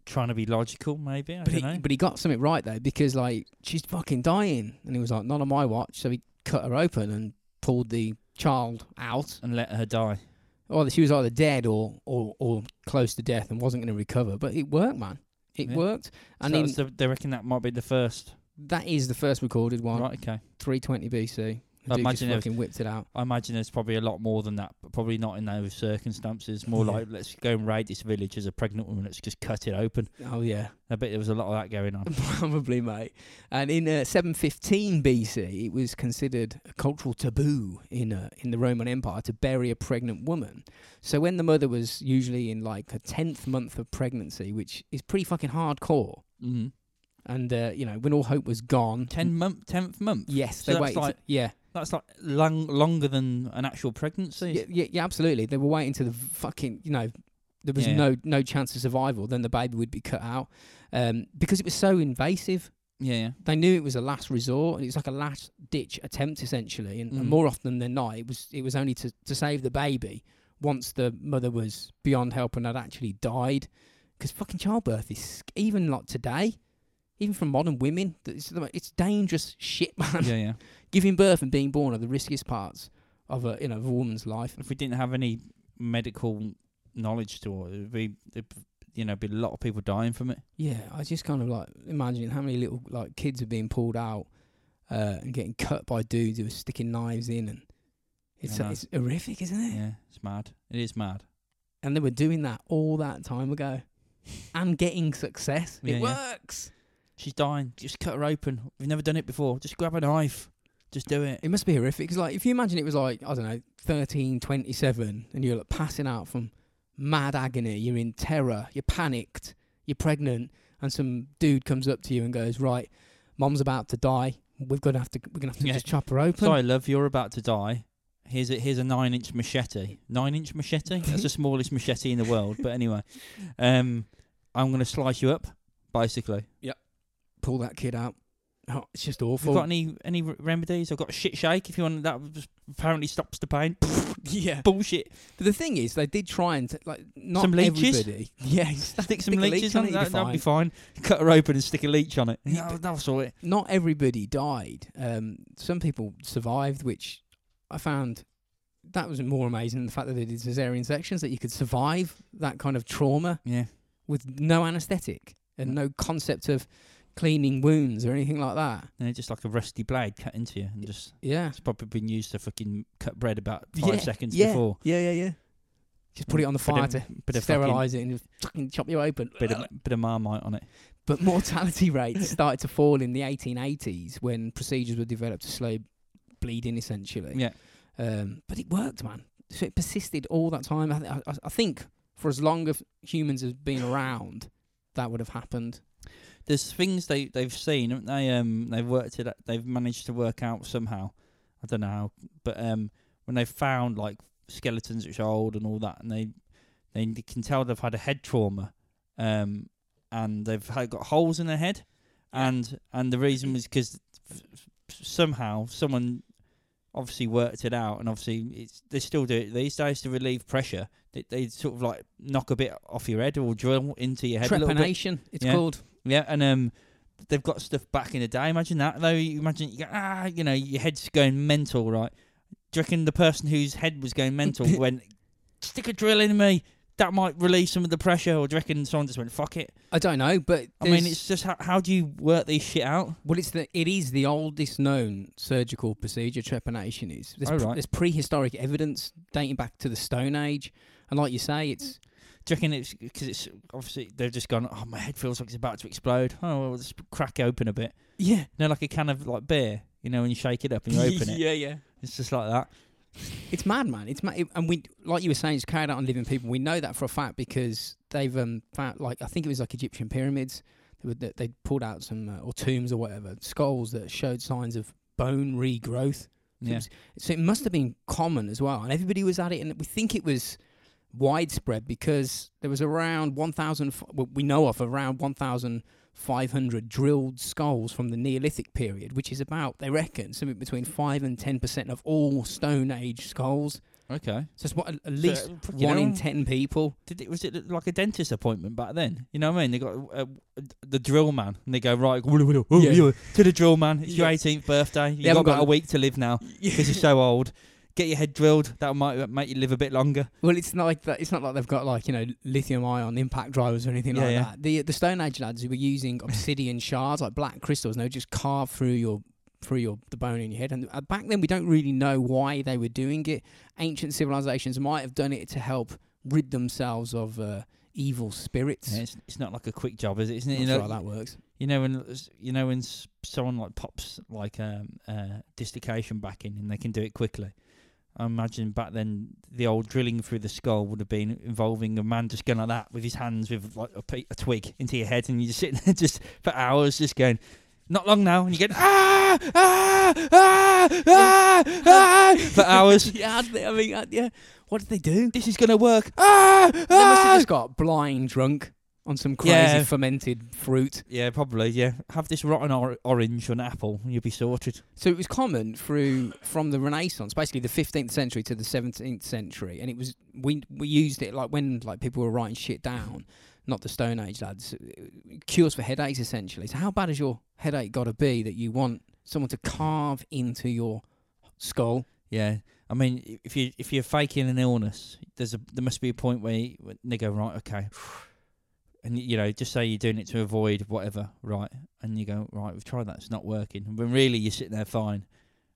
A: trying to be logical, maybe. I
B: But
A: don't
B: he,
A: know.
B: but he got something right though because like she's fucking dying, and he was like, "Not on my watch." So he cut her open and pulled the child out.
A: and let her die.
B: Or she was either dead or or, or close to death and wasn't going to recover. But it worked, man. It
A: Yeah.
B: worked.
A: I
B: And
A: mean,
B: in,
A: they reckon that might be the first.
B: that is the first recorded one,
A: Right, okay.
B: 320 BC. The
A: I
B: dude just
A: imagine it was-
B: fucking whipped it out.
A: I imagine there's probably a lot more than that, but probably not in those circumstances. More
B: Yeah.
A: like, let's go and raid this village as a pregnant woman, let's just cut it open.
B: Oh yeah.
A: I bet there was a lot of that going on.
B: Probably, mate. And in uh, 715 BC, it was considered a cultural taboo in uh, in the Roman Empire to bury a pregnant woman. So when the mother was usually in like her tenth month of pregnancy, which is pretty fucking hardcore,
A: mm
B: and uh, you know when all hope was gone,
A: Ten month, tenth month.
B: Yes, they
A: So that's
B: waited.
A: like-
B: yeah,
A: That's like long, longer than an actual pregnancy.
B: yeah, yeah, yeah, absolutely. They were waiting to the fucking, you know, there was
A: Yeah.
B: no no chance of survival. Then the baby would be cut out um, because it was so invasive.
A: yeah, yeah.
B: they knew it was a last resort and it was like a last ditch attempt essentially and,
A: Mm.
B: and more often than not it was it was only to, to save the baby once the mother was beyond help and had actually died because fucking childbirth is sc- even like today even from modern women th- it's, the mo- it's dangerous shit man
A: yeah, yeah.
B: giving birth and being born are the riskiest parts of a you know of a woman's life
A: If we didn't have any medical knowledge to it, it'd be, it'd, be- you know, be a lot of people dying from it.
B: yeah i just kind of like imagining how many little like kids are being pulled out uh, and getting cut by dudes who are sticking knives in and it's,
A: I know.
B: it's horrific isn't it
A: Yeah, it's mad. It is mad.
B: and they were doing that all that time ago and getting success.
A: Yeah,
B: it
A: yeah.
B: works.
A: She's dying. Just cut her open. We've never done it before. Just grab a knife. Just do it.
B: It must be horrific 'cause like if you imagine it was like I don't know, thirteen twenty seven, and you're like passing out from mad agony. You're in terror. You're panicked. You're pregnant, and some dude comes up to you and goes, "Right, mom's about to die. We're gonna have to. We're gonna have to
A: Yeah.
B: just chop her open."
A: Sorry, love, you're about to die. Here's a here's a nine inch machete. Nine inch machete? That's the smallest machete in the world. But anyway. Um I'm gonna slice you up, basically.
B: Pull that kid out. Oh, it's just
A: Have you
B: awful.
A: got any any re- remedies? I've got a shit shake if you want. That was- apparently stops the pain.
B: yeah.
A: Bullshit.
B: But the thing is, they did try and t- like not
A: Some leeches?
B: everybody. Yeah, stick
A: Stick some
B: a leech
A: leeches
B: on it,
A: on it.
B: you'll be
A: That, that'll be fine. Cut her open and stick a leech on it.
B: Yeah,
A: Yeah, that'll sort it.
B: not everybody died. Um, some people survived, which I found that was more amazing than the fact that they did cesarean sections that you could survive that kind of trauma
A: Yeah.
B: with no anaesthetic and no concept of cleaning wounds or anything like that.
A: And it's just like a rusty blade cut into you, and just
B: Yeah.
A: it's probably been used to fucking cut bread about five
B: Yeah,
A: seconds
B: yeah,
A: before.
B: Yeah, yeah, yeah. Just put it on the fire to
A: bit of
B: sterilise it and just fucking chop you open.
A: fucking, bit of bit of marmite on it.
B: But mortality rates started to fall in the 1880s when procedures were developed to slow bleeding, essentially.
A: Yeah,
B: Um, but it worked, man. So it persisted all that time. I, th- I, I think for as long as humans have been around, that would have happened.
A: there's things they they've seen, haven't they? Um, they've worked it. out- They've managed to work out somehow. I don't know how, but um, when they found like skeletons which are old and all that, and they they can tell they've had a head trauma, um, and they've had, got holes in their head,
B: Yeah.
A: and and the reason was because somehow someone obviously worked it out, and obviously it's they still do it these days to relieve pressure. They they sort of like knock a bit off your head or drill into your head a little bit.
B: Trepanation, it's
A: Yeah.
B: called.
A: Yeah, and um, they've got stuff back in the day. Imagine that, though. You Imagine you go, ah, you know, your head's going mental, right? Do you reckon the person whose head was going mental went, stick a drill in me? That might relieve some of the pressure, or do you reckon someone just went, fuck it?
B: I don't know, but
A: I mean,
B: there's-
A: it's just how, how do you work this shit out?
B: well, it's the it is the oldest known surgical procedure. Trepanation is. There's,
A: Oh,
B: pre-
A: right.
B: there's prehistoric evidence dating back to the Stone Age, and like you say, it's
A: Do you reckon it's because it's obviously they've just gone, oh, my head feels like it's about to explode. Oh, well, let's crack open a bit.
B: yeah,
A: You know, like a can of like beer, you know, when you shake it up and you open it.
B: yeah, yeah.
A: It's just like that.
B: It's mad, man. It's mad. and we, like you were saying, it's carried out on living people. We know that for a fact because they've um, found, like, I think it was like Egyptian pyramids. They, would, they pulled out some, uh, or tombs or whatever, skulls that showed signs of bone regrowth. So, it
A: Yeah.
B: was- so it must have been common as well. And everybody was at it. And we think it was widespread because there was around 1,000, f- well, we know of around 1,500 drilled skulls from the Neolithic period, which is about, they reckon, something between 5 and 10% of all Stone Age skulls.
A: Okay.
B: So it's what, at at least
A: So, you
B: one in
A: know,
B: 10 people.
A: did it was it like a dentist appointment back then? You know what I mean? They got uh, the drill man, and they go right woo, woo, woo,
B: Yeah.
A: woo, to the drill man. It's your
B: Yeah.
A: 18th birthday. You got
B: haven't
A: about
B: got-
A: a week to live now because you're so old. Get your head drilled. That might that make you live a bit longer.
B: Well, it's not like that. It's not like they've got like you know lithium ion impact drivers or anything
A: Yeah,
B: like
A: yeah.
B: that. The the Stone Age lads who were using obsidian shards like black crystals, and they would just carve through your through your the bone in your head. And uh, back then, we don't really know why they were doing it. Ancient civilizations might have done it to help rid themselves of uh, evil spirits.
A: Yeah, it's, it's not like a quick job, is it? Isn't it?
B: Not
A: You
B: sure
A: know,
B: how that works.
A: you know when you know when s- someone like pops like um uh dislocation back in, and they can do it quickly. I imagine back then the old drilling through the skull would have been involving a man just going like that with his hands with like a, pe- a twig into your head, and you just sitting there just for hours just going. Not long now, and you get ah ah ah ah ah for hours.
B: yeah, how'd they- I mean, uh, yeah. What did they do?
A: This is gonna work. Ah
B: They must have
A: ah.
B: just got blind drunk on some crazy
A: Yeah.
B: fermented fruit.
A: Yeah, probably. Yeah, have this rotten or- orange or an apple, and you'll be sorted.
B: So it was common through from the Renaissance, basically the 15th century to the 17th century, and it was we we used it like when like people were writing shit down, not the Stone Age lads, uh, cures for headaches essentially. So how bad has your headache got to be that you want someone to carve into your skull?
A: Yeah, I mean, i- if you if you're faking an illness, there's a there must be a point where you, when they go right, okay, and y- you know, just say you're doing it to avoid whatever, right? And you go right, we've tried that, it's not working. When really you're sitting there fine,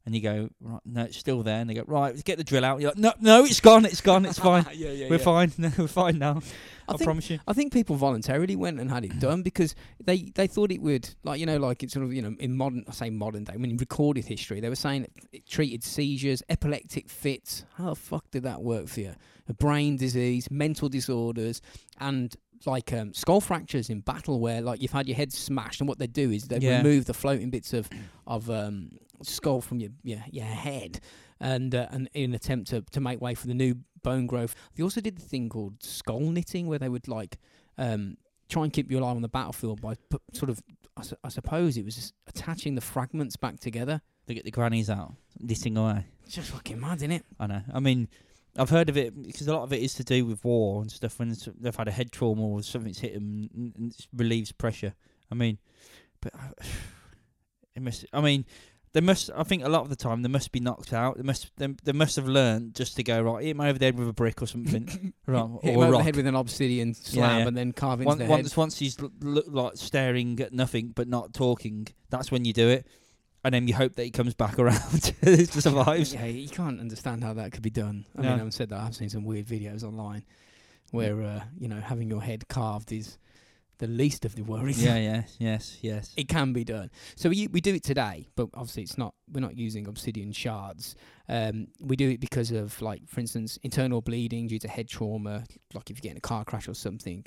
A: and you go right, no, it's still there. And they go right, let's get the drill out. You're like, no, no, it's gone, it's gone, it's fine.
B: yeah, yeah,
A: We're fine. No, we're fine now. I,
B: I think
A: promise you.
B: I think people voluntarily went and had it done because they, they thought it would like you know like it's sort of you know in modern I say modern day I mean recorded history they were saying it, it treated seizures epileptic fits how the fuck did that work for you brain disease mental disorders and like um, skull fractures in battle where like you've had your head smashed and what they do is they
A: Yeah.
B: remove the floating bits of of um, skull from your your, your head and uh, and in an attempt to, to make way for the new bone growth they also did the thing called skull knitting where they would like um, try and keep you alive on the battlefield by put, sort of I, su- I suppose it was just attaching the fragments back together.
A: They get the grannies out, dissing away.
B: It's just fucking mad, isn't it?
A: I know. I mean, I've heard of it because a lot of it is to do with war and stuff. When s- they've had a head trauma or something's hit them, and, and it relieves pressure. I mean, but I, it must. I mean, they must. I think a lot of the time they must be knocked out. They must. They, they must have learned just to go right. Hit my over the head with a brick or something, right?
B: Hit him
A: Or a
B: over
A: rock.
B: the head with an obsidian slab
A: yeah.
B: and then carve into
A: Once,
B: the head.
A: once, once he's l- look like staring at nothing but not talking, that's when you do it, and then you hope that he comes back around to survives.
B: Yeah, you can't understand how that could be done. I
A: No.
B: mean, I've said that I've seen some weird videos online where uh, you know having your head carved is the least of the worries.
A: Yeah, yeah, yes, yes.
B: It can be done. So we we do it today, but obviously it's not. We're not using obsidian shards. Um, we do it because of like, for instance, internal bleeding due to head trauma, like if you get in a car crash or something.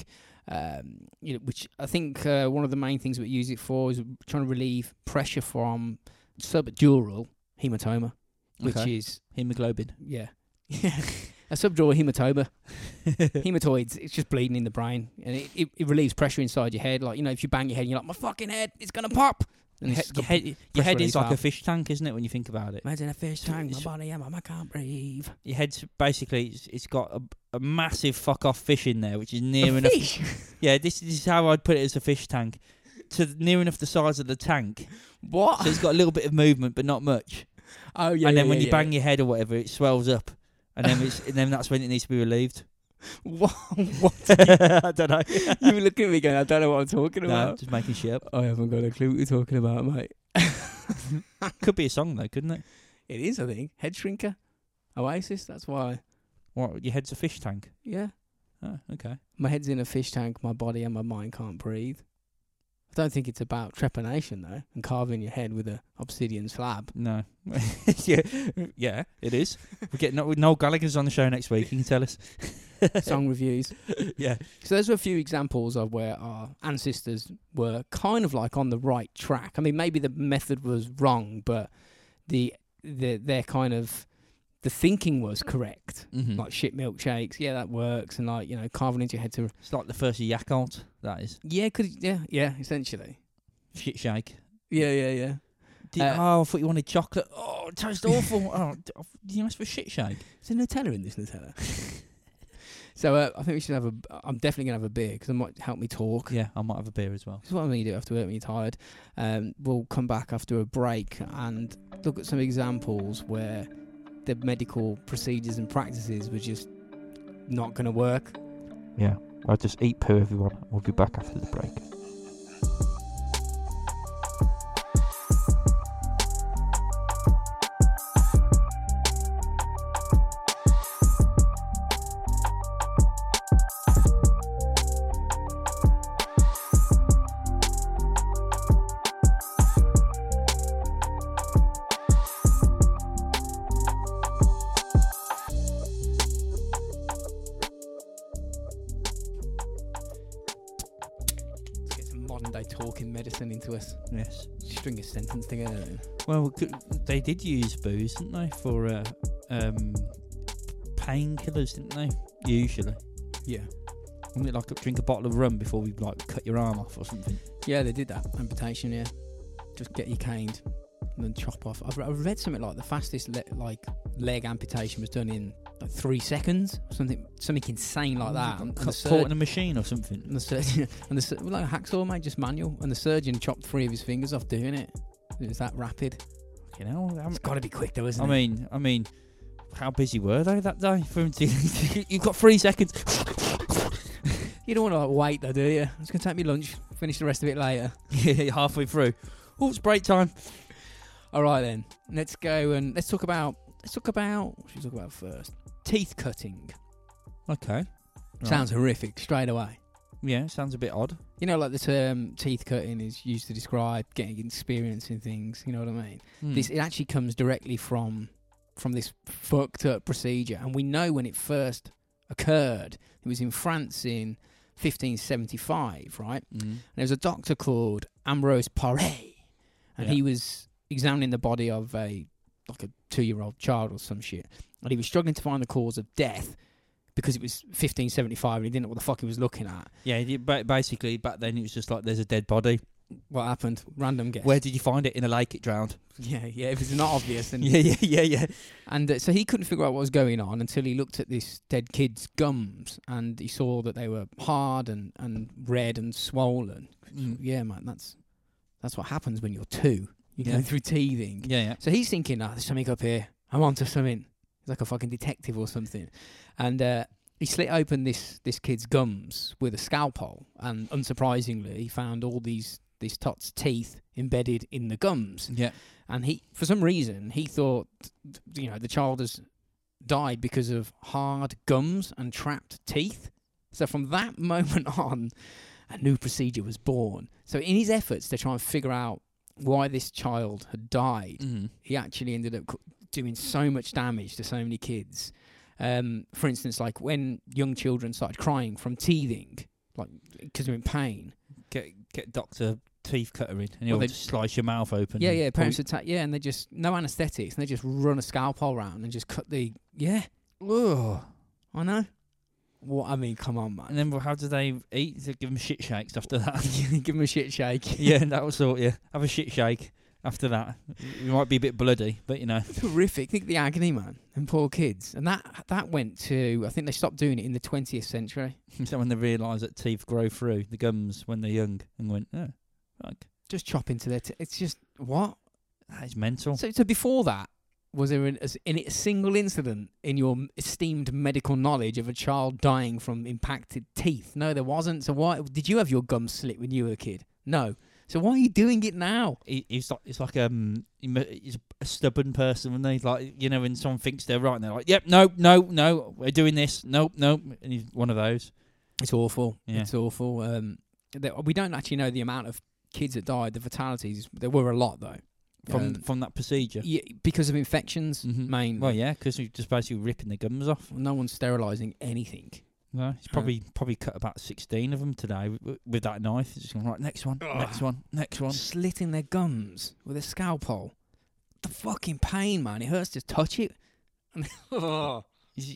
B: Um, you know, which I think uh, one of the main things we use it for is trying to relieve pressure from subdural hematoma, which
A: Okay.
B: is
A: Hemoglobin.
B: yeah. a subdural hematoma. Hematoids, it's just bleeding in the brain and it, it, it relieves pressure inside your head. Like, you know, if you bang your head and you're like, my fucking head, it's going to pop. And
A: He-
B: it's
A: your
B: got-
A: head, your
B: press
A: head is
B: relief
A: like a
B: valve.
A: fish tank, isn't it? When you think about it,
B: Imagine a fish tank, my
A: It's-
B: body, I'm, I can't breathe.
A: your head's basically it's, it's got a, a massive fuck off fish in there, which is near
B: A
A: enough.
B: fish.
A: Yeah, this, this is how I'd put it as a fish tank, to th- near enough the size of the tank.
B: What?
A: So it's got a little bit of movement, but not much.
B: Oh, yeah.
A: and then
B: yeah,
A: when
B: yeah,
A: you bang your head or whatever, it swells up, and then it's, and then that's when it needs to be relieved.
B: What? what?
A: I don't know.
B: you were looking at me going, I don't know what I'm talking
A: no,
B: about.
A: just making shit up.
B: I haven't got a clue what you're talking about, mate.
A: Could be a song though, couldn't it?
B: It is, I think. Head shrinker. Oasis, that's why.
A: What your head's a fish tank?
B: Yeah.
A: Oh, okay.
B: My head's in a fish tank, my body and my mind can't breathe. I don't think it's about trepanation though, and carving your head with a obsidian slab.
A: No. yeah, yeah, it is. We're getting Noel Gallagher's on the show next week. He can tell us. Eh.
B: Song reviews.
A: yeah.
B: So those are a few examples of where our ancestors were kind of like on the right track. I mean, maybe the method was wrong, but the the their kind of the thinking was correct.
A: Mm-hmm.
B: Like shit milkshakes, yeah, that works, and like you know, carving into your head to
A: it's like the first Yakult. That is
B: yeah, could yeah, yeah, essentially,
A: shit shake.
B: yeah, yeah, yeah.
A: Did,
B: Uh,
A: oh, I thought you wanted chocolate. Oh, it tastes awful. oh, d- oh, did you ask for shit shake?
B: Is there Nutella in this Nutella? so uh, I think we should have a. I'm definitely gonna have a beer 'cause it might help me talk.
A: Yeah, I might have a beer as well.
B: This is what I'm gonna do after work when you're tired. Um, we'll come back after a break and look at some examples where the medical procedures and practices were just not gonna work.
A: Yeah, I'll just eat poo, everyone. We'll be back after the break.
B: Let's get some modern day talking medicine into us.
A: Yes.
B: String a sentence together. then.
A: Well, we could, they did use booze, didn't they, for uh, um, painkillers, didn't they? Usually.
B: Yeah.
A: Wouldn't it like drink a bottle of rum before we like cut your arm off or something?
B: Yeah, they did that amputation. Yeah, just get you caned and then chop off. I've, I've read something like the fastest le- like leg amputation was done in like three seconds, something something insane like that. And, and the,
A: Cut-
B: sur-
A: caught in a machine or something.
B: and the surgeon and the sur- like a hacksaw mate, just manual, and the surgeon chopped three of his fingers off doing it. It was that rapid.
A: Fucking hell. how
B: It's got to be quick though, isn't
A: I
B: it?
A: mean, I mean, how busy were they that day? For him to, you've got three seconds.
B: You don't want to like, wait though, do you? It's gonna take me lunch. Finish the rest of it later.
A: Yeah, halfway through. Oh, it's break time.
B: All right then, let's go and let's talk about let's talk about what should we talk about first? Teeth cutting.
A: Okay. Right.
B: Sounds horrific straight away.
A: Yeah, sounds a bit odd.
B: You know, like the term teeth cutting is used to describe getting experience in things. You know what I mean?
A: Hmm.
B: This it actually comes directly from from this fucked up procedure, and we know when it first occurred. It was in France in 1575, right? And
A: Mm.
B: there was a doctor called Ambrose Paré, and
A: Yeah.
B: he was examining the body of a like a two year old child or some shit, and he was struggling to find the cause of death because it was 1575 and he didn't know what the fuck he was looking at.
A: Yeah, you- ba- basically back then it was just like there's a dead body.
B: what happened. Random guess.
A: Where did you find it? In a lake, it drowned.
B: Yeah, yeah. If it's not obvious, then
A: Yeah, yeah, yeah, yeah.
B: And uh, so he couldn't figure out what was going on until he looked at this dead kid's gums and he saw that they were hard and, and red and swollen.
A: Mm.
B: Yeah, man, that's that's what happens when you're two. You go
A: Yeah.
B: through teething.
A: Yeah, yeah.
B: So he's thinking, oh, there's something up here. I'm onto something. He's like a fucking detective or something. And uh, he slit open this this kid's gums with a scalpel, and unsurprisingly, he found all these these tot's teeth embedded in the gums
A: Yeah.
B: and he for some reason he thought you know the child has died because of hard gums and trapped teeth so from that moment on a new procedure was born so in his efforts to try and figure out why this child had died
A: Mm.
B: he actually ended up co- doing so much damage to so many kids. Um, for instance, like when young children started crying from teething, like because they're in pain.
A: Get get Doctor Teeth Cutter in, and he'll
B: they-
A: just slice your mouth open.
B: yeah,
A: and-
B: yeah. Parents would ta- yeah, and they just no anaesthetics, and they just run a scalpel round and just cut the yeah.
A: Ugh.
B: I know. What I mean, come on,
A: And
B: man.
A: then well, how do they eat? They give them shit shakes after that.
B: Give them a shit shake.
A: yeah, that will sort you. Have a shit shake after that. It might be a bit bloody, but you know.
B: horrific. Think of the agony, man, and poor kids. And that that went to I think they stopped doing it in the 20th century.
A: Is that when they realise that teeth grow through the gums when they're young and went, oh, fuck,
B: Just chop into their. T- it's just what
A: that is mental.
B: So, so before that, was there an, as- any- a single incident in your esteemed medical knowledge of a child dying from impacted teeth? No, there wasn't. So why did you have your gum slit when you were a kid? No. So why are you doing it now?
A: He, he's like, it's like um, he mu- he's a stubborn person when they like, you know, when someone thinks they're right and they're like, yep, no, no, no, we're doing this, nope, nope, and he's one of those.
B: It's awful.
A: Yeah.
B: It's awful. Um, there, we don't actually know the amount of kids that died. The fatalities there were a lot though,
A: From
B: Um,
A: from that procedure,
B: yeah, because of infections
A: Mhm.
B: mainly.
A: well, yeah, because he's just basically ripping the gums off.
B: No one's sterilising anything.
A: No, he's probably probably cut about sixteen of them today with, with that knife. He's just going right, next one,
B: Ugh.
A: next one, next one.
B: slitting their gums with a scalpel. The fucking pain, man. It hurts to touch it. And-
A: You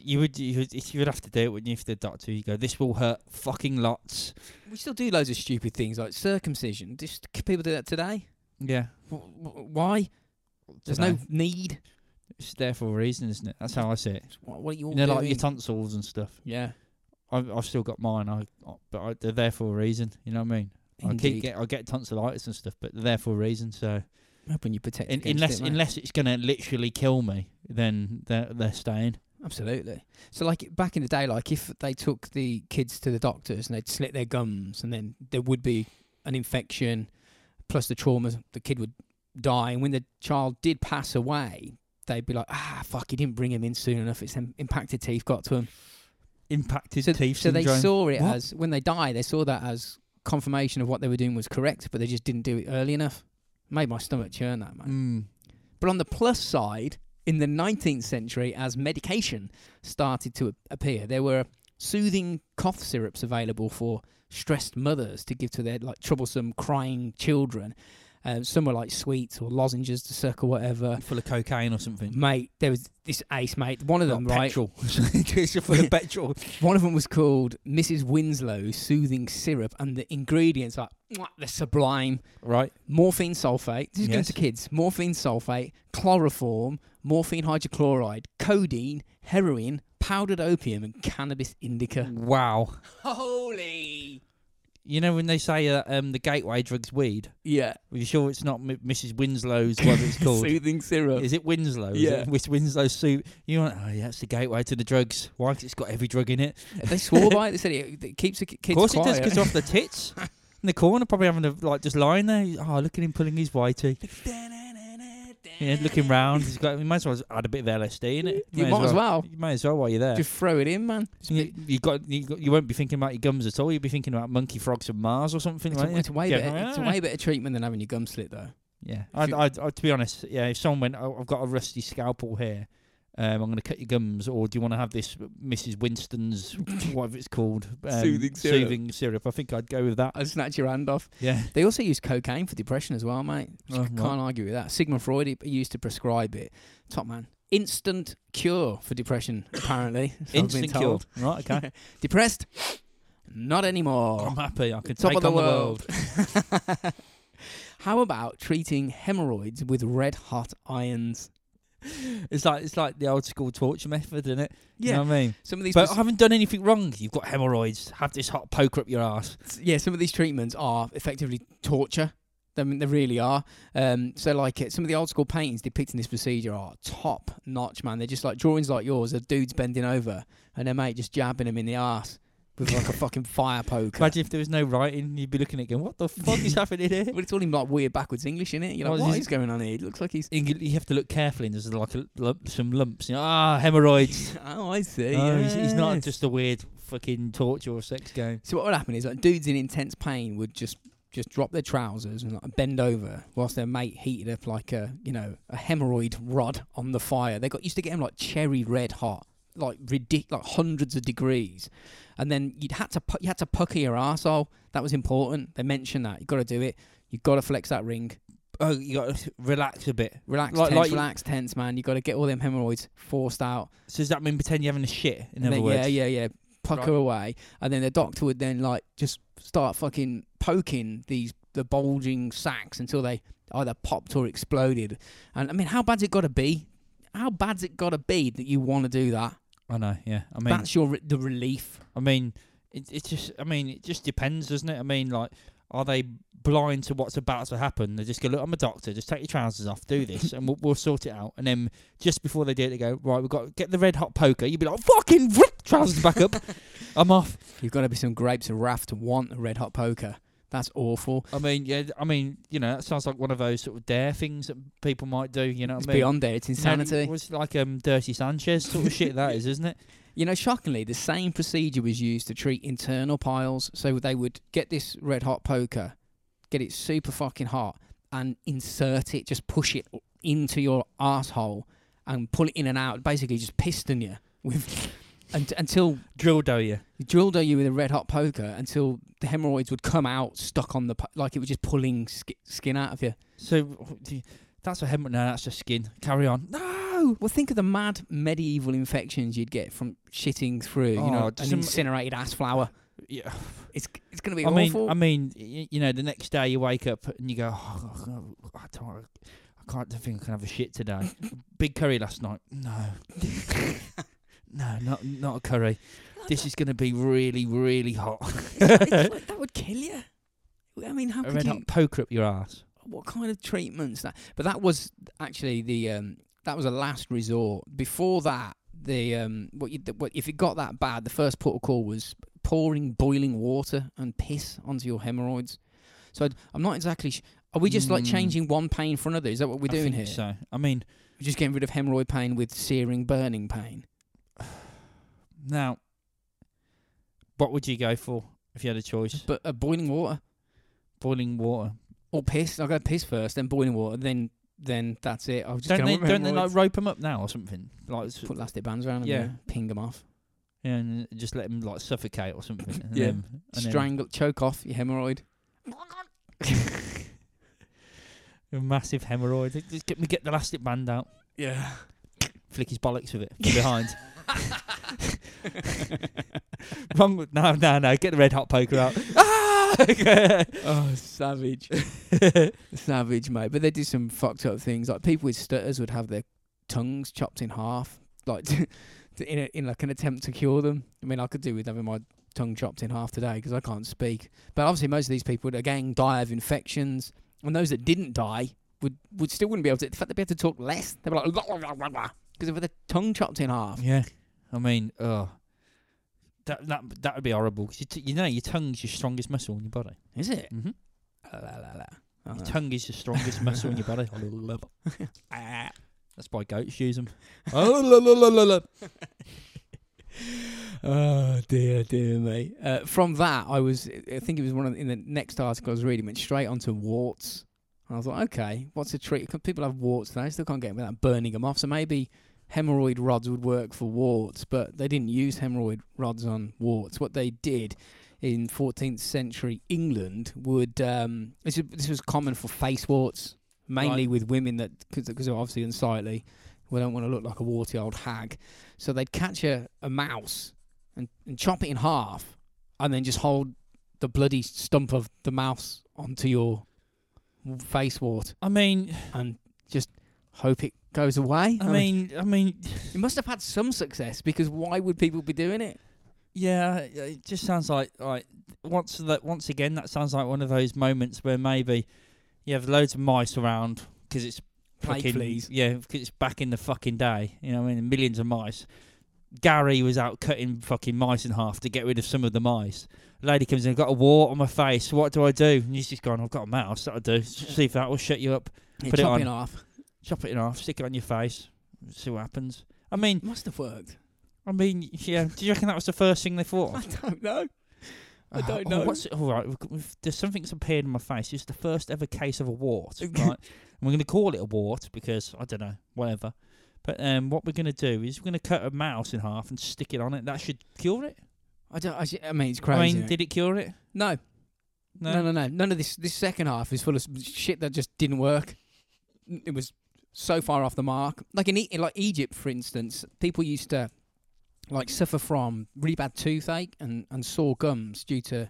A: you would, you would, if you would have to do it, wouldn't you? If the doctor, you go, this will hurt fucking lots.
B: we still do loads of stupid things like circumcision. Just c- people do that today.
A: Yeah,
B: Wh- wh- Why? There's no need.
A: It's there for a reason, isn't it? That's how I see it.
B: It's What, what are you all
A: You know, like
B: doing?
A: your tonsils and stuff.
B: yeah,
A: I've, I've still got mine. I, I but I, they're there for a reason. You know what I mean? I keep
B: indeed.
A: get I get tonsillitis and stuff, but they're there for a reason. So
B: Hoping you protect
A: in,
B: against
A: unless
B: it, mate.
A: unless it's gonna literally kill me, then they're they're staying.
B: Absolutely. So, like back in the day, like if they took the kids to the doctors and they'd slit their gums, and then there would be an infection, plus the trauma, the kid would die. And when the child did pass away, they'd be like, ah, fuck, you didn't bring him in soon enough. It's them impacted teeth got to him.
A: Impacted
B: so,
A: teeth
B: so they
A: syndrome.
B: saw it
A: What?
B: as when they die, they saw that as confirmation of what they were doing was correct, but they just didn't do it early enough. Made my stomach churn that, man.
A: Mm.
B: But on the plus side, in the 19th century, as medication started to ap- appear, there were soothing cough syrups available for stressed mothers to give to their like troublesome crying children. Um, some were like sweets or lozenges to suck or whatever.
A: Full of cocaine or something.
B: Mate, there was this ace mate. One of
A: Not
B: them, right?
A: petrol. it's full of petrol.
B: One of them was called Mrs. Winslow's soothing syrup, and the ingredients are mwah, they're sublime.
A: Right.
B: morphine sulfate. This is going
A: Yes.
B: to kids. Morphine sulfate, chloroform, morphine hydrochloride, codeine, heroin, powdered opium, and cannabis indica.
A: Wow.
B: Holy!
A: You know when they say uh, um the gateway drugs weed.
B: Yeah,
A: Are you sure it's not M- Mrs. Winslow's? Whatever it's called.
B: soothing syrup.
A: Is it Winslow?
B: Yeah.
A: Is it Wis- Winslow suit? You want? Oh yeah, it's the gateway to the drugs. Why? 'Cause it's got every drug in it.
B: they swore by it. They said it, it keeps the ki- kids
A: of course
B: quiet.
A: it does, 'cause off the tits in the corner, probably having a like just lying there. He's- Oh, look at him pulling his whitey. Yeah, looking round. He's got. You might as well add a bit of LSD in it.
B: You might as well.
A: You might as well while you're there.
B: Just throw it in, man. It's, a
A: you,
B: bit-
A: you got, you got. You won't be thinking about your gums at all. You'll be thinking about monkey frogs from Mars or something.
B: it's,
A: won't
B: a,
A: you?
B: it's a way
A: Yeah.
B: better. It's a way better treatment than having your gum slit, though.
A: Yeah,
B: If
A: I'd,
B: you-
A: I'd, I'd, to be honest, yeah. If someone went, oh, I've got a rusty scalpel here, um, I'm going to cut your gums, or do you want to have this Mrs. Winston's, whatever it's called, um,
B: Soothing syrup.
A: soothing syrup? I think I'd go with that.
B: I snatch your hand off.
A: Yeah,
B: They also use cocaine for depression as well, mate.
A: Oh,
B: Can't
A: right.
B: argue with that. Sigmund Freud he used to prescribe it. Top man. Instant cure for depression, apparently. so I've been
A: instant cure.
B: told.
A: Right, okay.
B: Depressed? Not anymore.
A: I'm happy. I could
B: Top
A: take
B: of the
A: on
B: world. How about treating hemorrhoids with red hot irons?
A: It's like it's like the old school torture method, isn't it? You know what I mean?
B: some of these
A: But I haven't done anything wrong. You've got hemorrhoids. Have this hot poker up your ass.
B: s- yeah, some of these treatments are effectively torture. I mean, they really are. Um, so, like, uh, some of the old school paintings depicting this procedure are top notch, man. They're just like drawings like yours of dudes bending over and their mate just jabbing them in the arse with like a fucking fire poker.
A: Imagine if there was no writing, you'd be looking at going, "What the fuck is happening here?"
B: But it's all in like weird backwards English, innit? You're like,
A: What Oh, is
B: what
A: he-
B: is going on here? It looks like he's.
A: You you have to look carefully, and there's like a lump, some lumps. You know, ah, hemorrhoids.
B: Oh, I see.
A: Oh, he's, he's not
B: yes.
A: just a weird fucking torture or sex game.
B: So what would happen is like dudes in intense pain would just just drop their trousers and like bend over whilst their mate heated up like a you know a hemorrhoid rod on the fire. They got used to getting like cherry red hot, like ridic- like hundreds of degrees, and then you'd had to pu- you had to pucker your arsehole. That was important. They mentioned that you got to do it. You got to flex that ring.
A: Oh, you got to relax a bit.
B: Relax,
A: Like-
B: tense,
A: like you-
B: relax, tense, man. You got to get all them hemorrhoids forced out.
A: So does that mean pretend you're having a shit? In
B: And
A: other
B: then,
A: words,
B: Yeah, yeah, yeah. Pucker
A: Right.
B: away, and then the doctor would then like just start fucking poking these the bulging sacks until they either popped or exploded. And I mean, how bad's it got to be? How bad's it got to be that you want to do that?
A: I know. Yeah, I mean,
B: That's your re- the relief.
A: I mean, it, it just, I mean, it just depends, doesn't it? I mean, like, are they blind to what's about to happen? They just go, look, I'm a doctor. Just take your trousers off, do this, and we'll, we'll sort it out. And then just before they do it, they go, right, we've got get the red hot poker. You'd be like, fucking rip trousers back up. I'm off.
B: You've got to be some grapes of wrath to want a red hot poker. That's awful.
A: I mean, yeah, I mean, you know, that sounds like one of those sort of dare things that people might do. You know, what
B: It's
A: I mean,
B: beyond there. It's insanity.
A: It was like um, Dirty Sanchez sort of shit that is, isn't it?
B: You know, shockingly, the same procedure was used to treat internal piles. So they would get this red hot poker, get it super fucking hot, and insert it, just push it into your asshole and pull it in and out. Basically, just piston you with un- until
A: Drill do you?
B: you drilled at you with a red hot poker until the hemorrhoids would come out stuck on the po- like it was just pulling sk- skin out of you.
A: So do you- that's a hemorrhoid. No, that's just skin. Carry on. Oh.
B: No, well, think of the mad medieval infections you'd get from shitting through,
A: Oh,
B: you know,
A: just
B: an
A: im-
B: incinerated ass flower.
A: Yeah.
B: It's it's gonna be
A: I mean,
B: awful.
A: I mean, y- you know, the next day you wake up and you go, oh, God, God, I don't, I can't think I can have a shit today. Big curry last night. No, no, not not a curry. This is going to be really, really hot.
B: It's like- that would kill you. I mean, how
A: A
B: could
A: red
B: you?
A: hot poker up your ass.
B: What kind of treatments that? But that was actually the um, that was a last resort. Before that, the um, what, you, what if it got that bad? The first port of call was pouring boiling water and piss onto your hemorrhoids. So I'd, I'm not exactly. Sh- are we just like
A: Mm.
B: changing one pain for another? Is that what we're
A: I
B: doing
A: think
B: here?
A: So, I mean,
B: We're just getting rid of hemorrhoid pain with searing, burning pain.
A: now, what would you go for if you had a choice?
B: But uh, boiling water
A: Boiling water.
B: or piss? I'll go piss first, then boiling water, then then that's it. I'll just
A: Don't
B: get on
A: they?
B: with my
A: Don't they
B: hemorrhoids.
A: like rope them up now or something? Like, s-
B: put elastic bands around them,
A: Yeah.
B: yeah. ping them off,
A: and just let them like suffocate or something. And
B: Yeah.
A: Then, and then-
B: strangle, choke off your hemorrhoid.
A: A massive hemorrhoid. Just get me get the elastic band out.
B: yeah.
A: Flick his bollocks with it from behind. Wrong. with- No, no, no. Get the red hot poker out. Ah!
B: oh, savage, savage, mate. But they do some fucked up things. Like people with stutters would have their tongues chopped in half, like to, to- in a, in like an attempt to cure them. I mean, I could do with having my tongue chopped in half today because I can't speak. But obviously, most of these people would again die of infections, and those that didn't die would would still wouldn't be able to. In fact, they'd be able to talk less. They'd be like because of the tongue chopped in half.
A: yeah. I mean, oh, that that that would be horrible. 'cause you, t- you know, your tongue's your strongest muscle in your body.
B: Is it?
A: Mm-hmm.
B: La, la, la, la.
A: Your tongue is the strongest muscle in your body. Ah. That's why goats use them.
B: Oh, la, la, la, la, la. oh dear, dear me. Uh, from that, I was, I think it was one of the, in the next article I was reading, went straight onto warts. And I was like, okay, what's a treat? 'Cause People have warts now, still can't get them without burning them off. So maybe hemorrhoid rods would work for warts, but they didn't use hemorrhoid rods on warts. What they did in 14th century England would, um, this, was- this was common for face warts, mainly
A: Right.
B: with women that, because they're obviously unsightly, we don't want to look like a warty old hag. So they'd catch a, a mouse and, and chop it in half and then just hold the bloody stump of the mouse onto your face wart
A: I mean,
B: and just hope it goes away.
A: I mean, I mean,
B: it must have had some success because why would people be doing it?
A: yeah. It just sounds like like once that once again that sounds like one of those moments where maybe you have loads of mice around because it's
B: Plague
A: fucking-
B: fleas.
A: Yeah, 'cause it's back in the fucking day. You know, what I mean, millions of mice. Gary was out cutting fucking mice in half to get rid of some of the mice. lady comes in, I've got a wart on my face. What do I do? And he's just gone, I've got a mouse. That'll do. See if that will shut you up.
B: Yeah,
A: Put it
B: chop
A: on.
B: in half.
A: Chop it in half. Stick it on your face. See what happens. I mean,
B: It must have worked.
A: I mean, yeah. Do you reckon that was the first thing they thought?
B: I
A: of?
B: don't know. I
A: Oh,
B: don't
A: oh,
B: know.
A: what's all right? We've, got- we've, there's something's appeared in my face. It's the first ever case of a wart. Right? and we're going to call it a wart because I don't know, whatever. But um, what we're going to do is we're going to cut a mouse in half and stick it on it. That should cure it.
B: I don't. I, sh- I mean, it's crazy.
A: I mean,
B: isn't it?
A: did it cure it?
B: no,
A: No.
B: no, no, no. None of this. This second half is full of s- shit that just didn't work. N- It was so far off the mark. Like in, e- in like Egypt, for instance, people used to like suffer from really bad toothache and and sore gums due to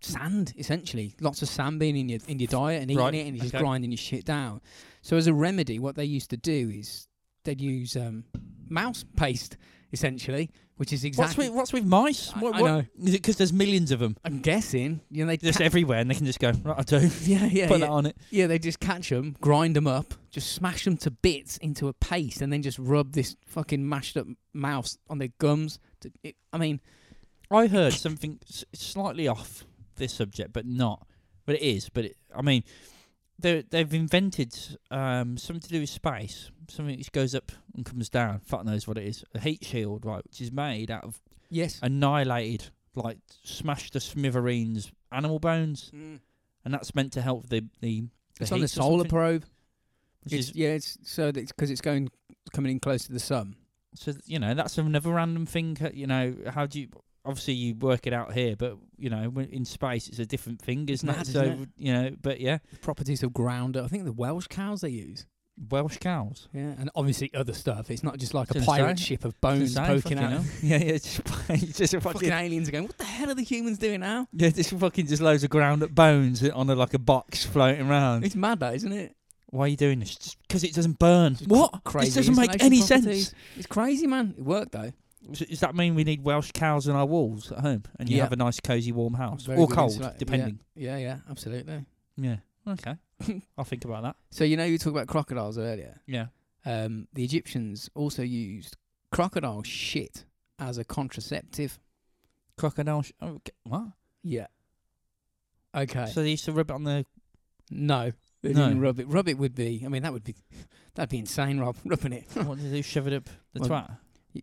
B: sand. Essentially, lots of sand being in your in your diet and eating
A: Right,
B: it and just
A: okay.
B: grinding your shit down. So as a remedy, what they used to do is they'd use um, mouse paste essentially, which is
A: What's
B: exactly.
A: with what's with mice?
B: I-
A: what,
B: I
A: what-
B: know.
A: Is it because there's millions of them?
B: I'm guessing, you know, they
A: Just everywhere, and they can just go right. I do.
B: yeah, yeah,
A: Put
B: yeah.
A: that on it.
B: Yeah, they just catch 'em, grind 'em up, just smash 'em to bits into a paste, and then just rub this fucking mashed up mouse on their gums. To, it, I mean,
A: I heard something s- slightly off this subject, but not. But it is. But it, I mean, they they've invented um, something to do with space, something which goes up and comes down. Fuck knows what it is. A heat shield, right, which is made out of
B: yes.
A: annihilated, like smashed to smithereens animal bones, and that's meant to help the the.
B: Mm.
A: the
B: It's on
A: heat
B: a
A: or
B: solar
A: something,
B: probe.
A: which
B: It's-
A: is
B: yeah, it's so that it's because it's going coming in close to the sun.
A: so th- you know that's another random thing. uh, You know how do you? Obviously, you work it out here, but you know when in space it's a different thing, isn't
B: mad,
A: it?
B: isn't
A: So
B: it?
A: you know, but yeah,
B: Properties of ground. I think the Welsh cows they use.
A: Welsh cows.
B: Yeah, and obviously other stuff. It's not just like
A: It's
B: a
A: insane.
B: pirate ship of bones
A: Just saying,
B: poking
A: fucking
B: out. of-
A: hell. Yeah, yeah, just, it's just
B: Fucking
A: fucking,
B: aliens are going. What the hell are the humans doing now?
A: yeah, just fucking just loads of ground up bones on a, like a box floating around.
B: It's mad, that isn't it?
A: Why are you doing this? Just because it doesn't burn.
B: Just
A: What?
B: crazy
A: This doesn't make
B: insulation
A: any
B: properties.
A: sense.
B: It's crazy, man. It worked though.
A: So Does that mean we need Welsh cows on our walls at home, and you
B: Yeah.
A: have a nice cozy warm house,
B: Very
A: or
B: good
A: cold,
B: insula- yeah.
A: depending?
B: Yeah, yeah, absolutely.
A: Yeah. Okay. I'll think about that.
B: So you know you talk about crocodiles earlier.
A: Yeah.
B: Um, the Egyptians also used crocodile shit as a contraceptive.
A: Crocodile. Sh- oh, okay. What?
B: Yeah. Okay.
A: So they used to rub it on the.
B: no. They
A: No.
B: didn't rub it. Rub it would be. I mean, that would be. That'd be insane, Rob. Rubbing it.
A: what did they do? Shove it up the
B: Well,
A: twat?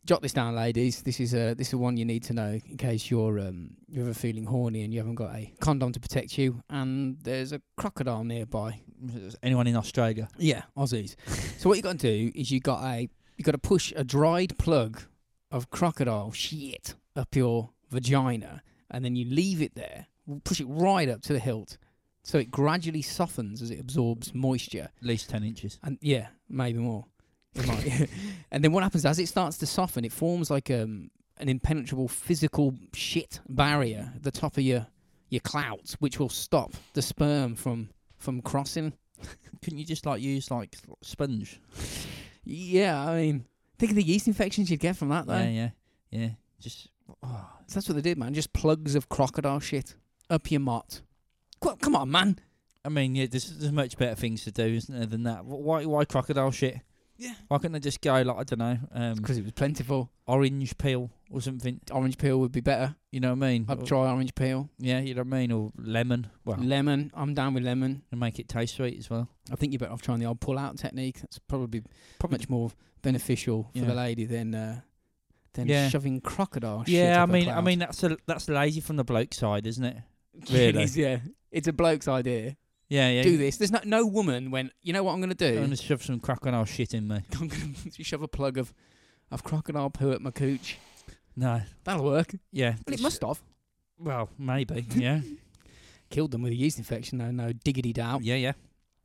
B: Jot this down, ladies. This is a this is one you need to know in case you're um you're ever feeling horny and you haven't got a condom to protect you, and there's a crocodile nearby.
A: Anyone in Australia?
B: Yeah, Aussies. so what you got to do is you got a you got to push a dried plug of crocodile shit up your vagina, and then you leave it there, push it right up to the hilt, so it gradually softens as it absorbs moisture.
A: At least ten inches.
B: And yeah, maybe more. It might. and then what happens as it starts to soften, it forms like um, an impenetrable physical shit barrier at the top of your your clout, which will stop the sperm from from crossing.
A: Couldn't you just like use like sponge?
B: Yeah, I mean, think of the yeast infections you'd get from that, though.
A: Yeah, yeah, yeah. Just oh,
B: So that's what they did, man. Just plugs of crocodile shit up your mott. Qu- Come on, man.
A: I mean, yeah. There's, there's much better things to do, isn't there, than that? Wh- Why, why crocodile shit?
B: Yeah.
A: Why couldn't they just go like I don't know, um,
B: Because it was plentiful.
A: orange peel or something?
B: Orange peel would be better.
A: You know what I mean?
B: I'd
A: Or-
B: try orange peel.
A: yeah, you know what I mean, or lemon. Well,
B: Lemon. I'm down with lemon.
A: and make it taste sweet as well.
B: I think you're better off trying the old pull out technique. That's probably,
A: Probably-
B: much more beneficial for
A: Yeah.
B: the lady than uh, than
A: Yeah.
B: shoving crocodile shit.
A: Yeah, I
B: up her
A: mean, I
B: clout.
A: mean that's a, that's lazy from the bloke side, isn't it?
B: It
A: really.
B: is, yeah. It's a bloke's idea.
A: Yeah, yeah.
B: Do this. There's no, no woman when, you know what I'm going to
A: I'm
B: do?
A: gonna shove some crocodile shit in me.
B: I'm gonna shove a plug of of crocodile poo at my cooch.
A: No.
B: That'll work.
A: Yeah.
B: Well, it
A: it's-
B: must have.
A: Well, maybe. Yeah.
B: Killed them with a yeast infection, though, no diggity doubt.
A: yeah. Yeah.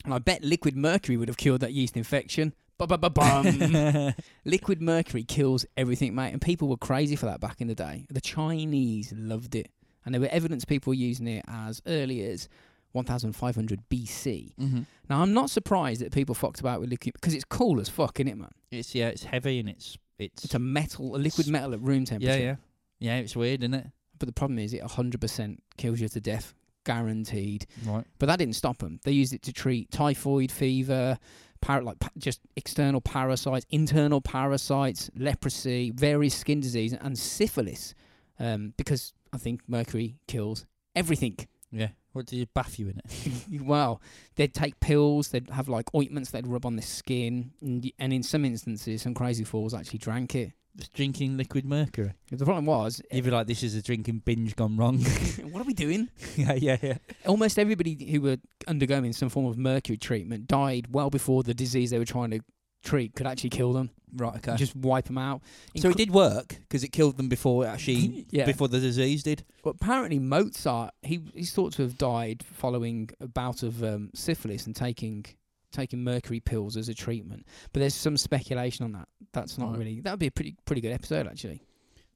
B: And I bet liquid mercury would have cured that yeast infection. Ba ba ba bum.
A: That's
B: liquid mercury kills everything, mate. And people were crazy for that back in the day. The Chinese loved it. And there were evidence people were using it as early as 1500 BC.
A: Mm-hmm.
B: Now, I'm not surprised that people fucked about with liquid because it's cool as fuck, innit, man?
A: It's yeah, it's heavy and it's it's,
B: It's a metal, a liquid metal at room
A: yeah,
B: temperature.
A: yeah, yeah. It's weird, isn't it?
B: But the problem is, it 100% kills you to death, guaranteed.
A: Right.
B: But that didn't stop them. They used it to treat typhoid fever, par- like pa- just external parasites, internal parasites, leprosy, various skin disease, and syphilis. Um, because I think mercury kills everything.
A: Yeah. What did you bath you in it?
B: well, they'd take pills, they'd have like ointments they'd rub on the skin, and, y- and in some instances, some crazy fools actually drank it.
A: Just drinking liquid mercury.
B: The problem was,
A: You'd be like, this is a drinking binge gone wrong.
B: what are we doing?
A: yeah, yeah, yeah.
B: Almost everybody who were undergoing some form of mercury treatment died well before the disease they were trying to treat could actually kill them.
A: Right. Okay.
B: Just wipe them out.
A: so
B: Incre-
A: it did work because it killed them before it actually
B: Yeah.
A: before the disease did.
B: Well, apparently Mozart, he he's thought to have died following a bout of um, syphilis and taking taking mercury pills as a treatment. But there's some speculation on that. That's not
A: Right.
B: really. That would be a pretty pretty good episode actually.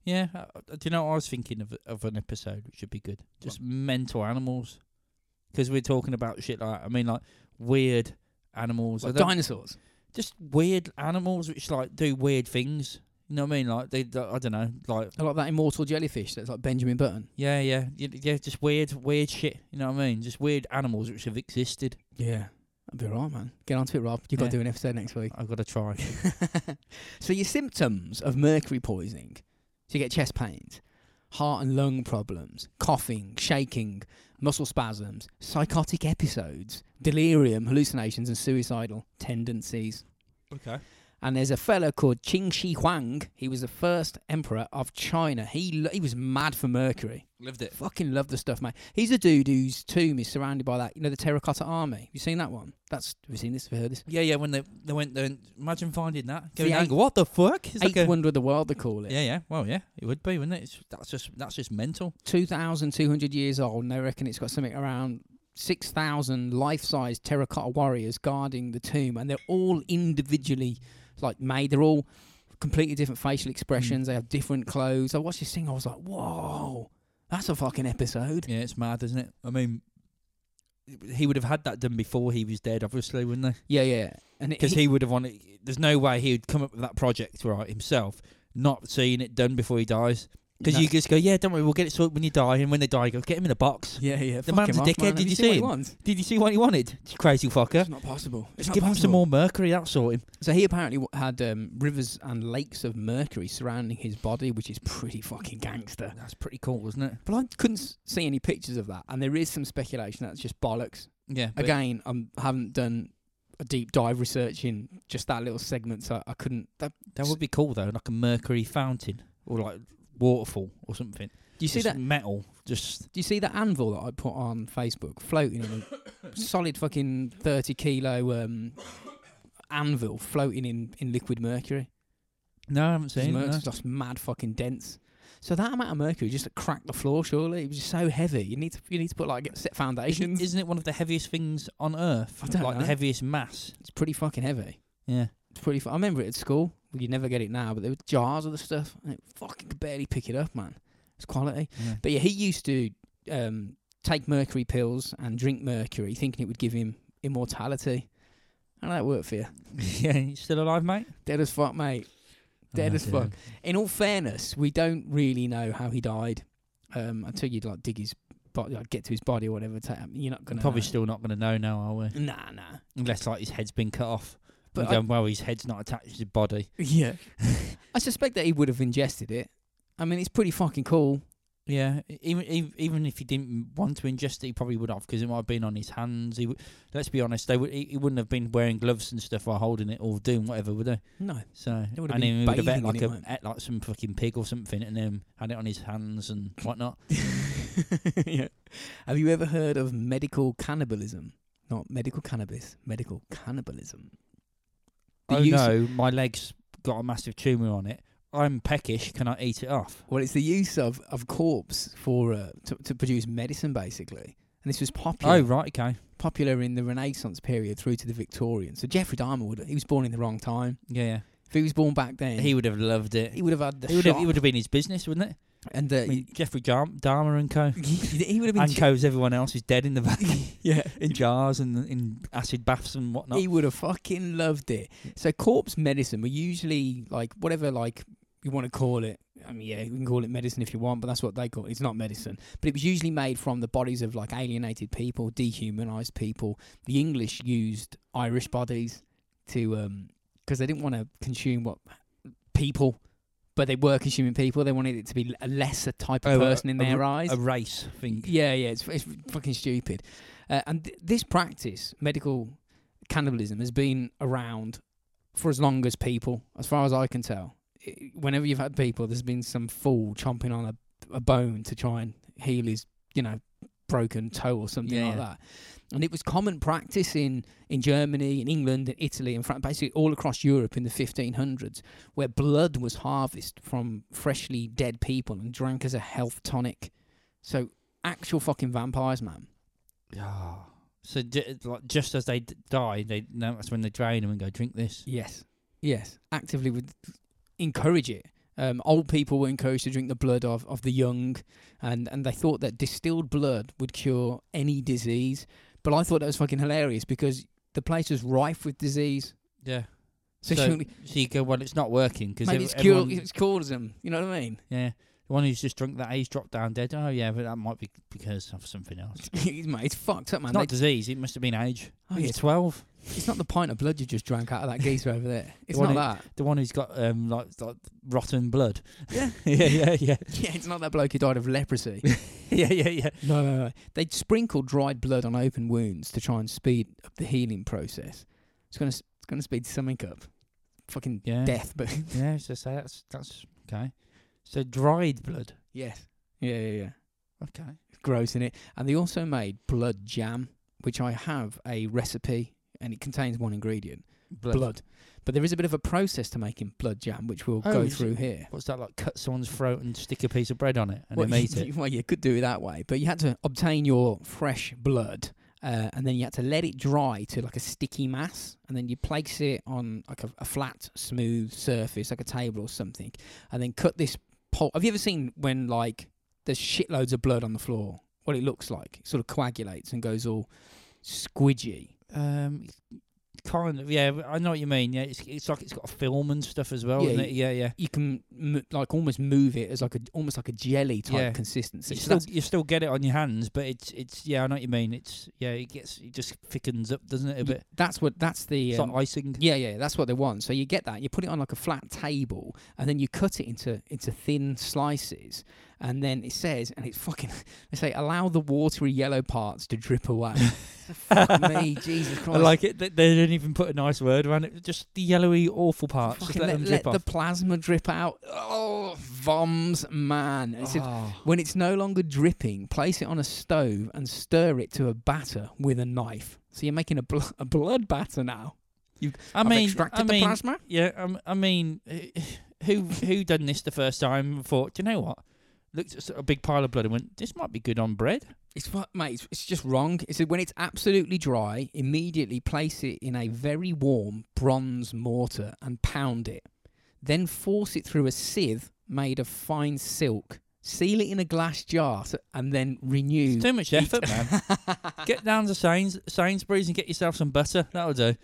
A: Yeah. uh, Do you know what I was thinking of of an episode which should be good? Just mental animals. 'Cause we're talking about shit like I mean like weird animals. I
B: Like
A: don't-
B: dinosaurs.
A: just weird animals which like do weird things. You know what I mean? Like they, I don't know, like
B: I like that immortal jellyfish that's like Benjamin Button.
A: yeah, yeah, y- yeah, just weird, weird shit. You know what I mean? Just weird animals which have existed.
B: Yeah. That'd be right, man. Get onto it, Rob. You've got
A: Yeah.
B: to do an episode next week.
A: I've got to try.
B: so your symptoms of mercury poisoning. So you get chest pains, heart and lung problems, coughing, shaking, muscle spasms, psychotic episodes, delirium, hallucinations, and suicidal tendencies.
A: Okay.
B: And there's a fellow called Qin Shi Huang. He was the first emperor of China. He lo- he was mad for mercury.
A: Lived it.
B: Fucking love the stuff, mate. He's a dude whose tomb is surrounded by that, you know, the terracotta army. Have you seen that one? That's have you seen this? Have you heard this?
A: Yeah, yeah. When they they went, there, and- imagine finding that.
B: The
A: Going down,
B: eighth-
A: go, what the fuck? It's
B: Eighth
A: like a-
B: wonder of the world, they call it.
A: Yeah, yeah. Well, yeah, it would be, wouldn't it? It's, that's just that's just mental.
B: 2,200 years old, and they reckon it's got something around 6,000 life size terracotta warriors guarding the tomb, and they're all individually like made. They're all completely different
A: Hmm.
B: facial expressions. They have different clothes. I watched this thing, I was like, whoa, that's a fucking episode.
A: Yeah, it's mad, isn't it? I mean, he would have had that done before he was dead, obviously, wouldn't they?
B: Yeah, yeah. And it,
A: because he, would have wanted. There's no way he would come up with that project right himself, not seeing it done before he dies. Because
B: No.
A: you just go, yeah, don't worry, we'll get it sorted when you die, and when they die, you go get him in a box.
B: yeah, yeah.
A: The
B: fuck
A: man's
B: him
A: a
B: off,
A: dickhead,
B: man. Have
A: did you
B: seen what
A: see
B: he
A: him?
B: wants?
A: Did you see what he wanted? You crazy fucker.
B: It's not possible. It's
A: Just
B: not
A: give him
B: possible.
A: some more mercury. That'll sort him.
B: So he apparently w- had um, rivers and lakes of mercury surrounding his body, which is pretty fucking gangster.
A: That's pretty cool, isn't it?
B: But I couldn't s- see any pictures of that, and there is some speculation that's just bollocks.
A: Yeah. but-
B: Again, I haven't done a deep dive research in just that little segment, so I couldn't. That,
A: that would be cool though, like a mercury fountain or like waterfall or something.
B: do you see
A: Just
B: that?
A: metal? Just
B: Do you see that anvil that I put on Facebook floating in a solid fucking thirty kilo um, anvil floating in in liquid mercury?
A: no, I haven't
B: Because
A: seen. it,
B: mercury's
A: no.
B: just mad fucking dense. So that amount of mercury just cracked the floor. Surely it was just so heavy. You need to you need to put like set
A: Isn't,
B: foundations.
A: isn't it one of the heaviest things on Earth?
B: I don't
A: like
B: know.
A: the heaviest mass.
B: It's pretty fucking heavy.
A: Yeah.
B: It's pretty. Fu- I remember it at school. Well, you never get it now, but there were jars of the stuff, and it fucking could barely pick it up, man. It's quality.
A: yeah.
B: But yeah, he used to um, take mercury pills and drink mercury, thinking it would give him immortality. How did that work for you?
A: yeah. You still alive, mate?
B: Dead as fuck, mate. Dead
A: Oh,
B: as
A: dear.
B: fuck. In all fairness, we don't really know how he died um, until you'd like dig his body, like, get to his body or whatever. ta- You're not gonna
A: Probably
B: know.
A: still not going to know now, are we?
B: Nah, nah.
A: Unless like his head's been cut off.
B: But
A: But
B: I-
A: going, well, his head's not attached to his body.
B: Yeah. I suspect that he would have ingested it. I mean, it's pretty fucking cool.
A: Yeah, e- even ev- even if he didn't want to ingest it, he probably would have because it might have been on his hands. He, w- let's be honest, they would he, he wouldn't have been wearing gloves and stuff while holding it or doing whatever, would they?
B: No.
A: So
B: They would have
A: and
B: been
A: he would have
B: bathing
A: ate
B: in
A: like
B: it,
A: a,
B: won't
A: ate like some fucking pig or something, and then had it on his hands and whatnot.
B: yeah. Have you ever heard of medical cannibalism? Not medical cannabis, medical cannibalism. The
A: oh
B: use-
A: no, my legs got a massive tumor on it. I'm peckish. Can I eat it off?
B: Well, it's the use of, of corpse for uh, to, to produce medicine, basically. And this was popular
A: Oh right, okay.
B: popular in the Renaissance period through to the Victorian. So Geoffrey Dahmer would he was born in the wrong time.
A: Yeah,
B: If he was born back then,
A: yeah. He would have loved it.
B: he would have had the
A: It would have,
B: shot.
A: it would have been his business, wouldn't it?
B: and uh,
A: I mean, Jeffrey Dar- Dahmer and co.
B: he, he would have been
A: And co's everyone else who's dead in the van,
B: yeah
A: in jars and in acid baths and whatnot.
B: He would have fucking loved it. So corpse medicine were usually like whatever like you want to call it. I mean, yeah, you can call it medicine if you want, but that's what they call it. It's not medicine, but it was usually made from the bodies of like alienated people, dehumanized people. The English used Irish bodies to um 'cause they didn't want to consume what people, but they were consuming people. They wanted it to be a lesser type of
A: Oh, a-
B: person in
A: a
B: their
A: r-
B: eyes.
A: A race thing.
B: Yeah, yeah, it's, it's fucking stupid. Uh, and th- this practice, medical cannibalism, has been around for as long as people, as far as I can tell. I whenever you've had people, there's been some fool chomping on a, a bone to try and heal his, you know, broken toe or something
A: Yeah,
B: like
A: yeah.
B: that. And it was common practice in, in Germany, in England, in Italy, and France, basically all across Europe in the 1500s, where blood was harvested from freshly dead people and drank as a health tonic. So actual fucking vampires, man.
A: Ah. So j- like just as they d- die, they now that's when they drain them and go drink this.
B: Yes. Yes. Actively would encourage it. Um, old people were encouraged to drink the blood of, of the young, and, and they thought that distilled blood would cure any disease. But I thought that was fucking hilarious because the place was rife with disease.
A: Yeah.
B: So,
A: so,
B: surely,
A: so you go, well, it's not working because
B: maybe it's, cure,
A: everyone,
B: it's caurism. You know what I mean?
A: yeah, the one who's just drunk that age dropped down dead. Oh yeah, but that might be because of something else. It's
B: Mate, it's fucked up, man.
A: not
B: They-
A: disease. It must have been age.
B: Oh,
A: He was
B: yeah.
A: twelve.
B: it's not the pint of blood you just drank out of that geezer over there. It's
A: Well,
B: not that.
A: The one who's got um like, like rotten blood.
B: Yeah.
A: yeah, yeah, yeah,
B: Yeah, it's not that bloke who died of leprosy.
A: yeah, yeah, yeah.
B: No, no, no. They'd sprinkle dried blood on open wounds to try and speed up the healing process. It's gonna, it's gonna speed something up. Fucking
A: Yeah.
B: death, but
A: Yeah, so say that's that's okay. So dried blood.
B: yes, yeah, yeah, yeah.
A: Okay.
B: It's gross in it. And they also made blood jam, which I have a recipe, and it contains one ingredient, blood. But there is a bit of a process to making blood jam, which we'll
A: Oh,
B: go
A: is it-
B: through here.
A: What's that like? Cut someone's throat and stick a piece of bread on it and
B: well,
A: then
B: you,
A: eat it.
B: well, you could do it that way, but you had to obtain your fresh blood, uh, and then you had to let it dry to like a sticky mass, and then you place it on like a, a flat, smooth surface, like a table or something, and then cut this pole. Have you ever seen when like there's shitloads of blood on the floor? What it looks like, it sort of coagulates and goes all squidgy.
A: Um, kind of. Yeah, I know what you mean. Yeah, it's it's like it's got a film and stuff as well,
B: Yeah,
A: isn't
B: you-
A: it? Yeah, yeah.
B: You can m- like almost move it as like a almost like a jelly type
A: Yeah.
B: consistency.
A: you
B: So
A: still
B: that's-
A: you still get it on your hands, but it's it's yeah, I know what you mean. It's yeah, it gets it just thickens up, doesn't it? A bit.
B: that's what that's the
A: It's
B: um,
A: like icing.
B: Yeah, yeah, that's what they want. So you get that, you put it on like a flat table, and then you cut it into into thin slices, and then it says, and it's fucking, they say, allow the watery yellow parts to drip away. Fuck me, Jesus
A: I
B: Christ!
A: like it. that They didn't even put a nice word around it. Just the yellowy, awful parts. Just
B: Fucking
A: let,
B: let,
A: them
B: let
A: drip
B: the
A: off.
B: plasma drip out. Oh, voms, man! It's just-
A: Oh.
B: when it's no longer dripping, place it on a stove and stir it to a batter with a knife. So you're making a, bl- a blood batter now.
A: I
B: I've
A: mean,
B: extracted
A: I mean,
B: the plasma.
A: yeah. um, I mean, eh, who who done this the first time? and Thought, do you know what? Looked at a big pile of blood and went, "This might be good on bread."
B: It's fu- mate. It's, it's just wrong. It's when it's absolutely dry. Immediately place it in a very warm bronze mortar and pound it. Then force it through a sieve made of fine silk. Seal it in a glass jar so- and then renew.
A: It's too much
B: each-
A: effort, man. Get down to Sains, Sainsbury's and get yourself some butter. That'll do.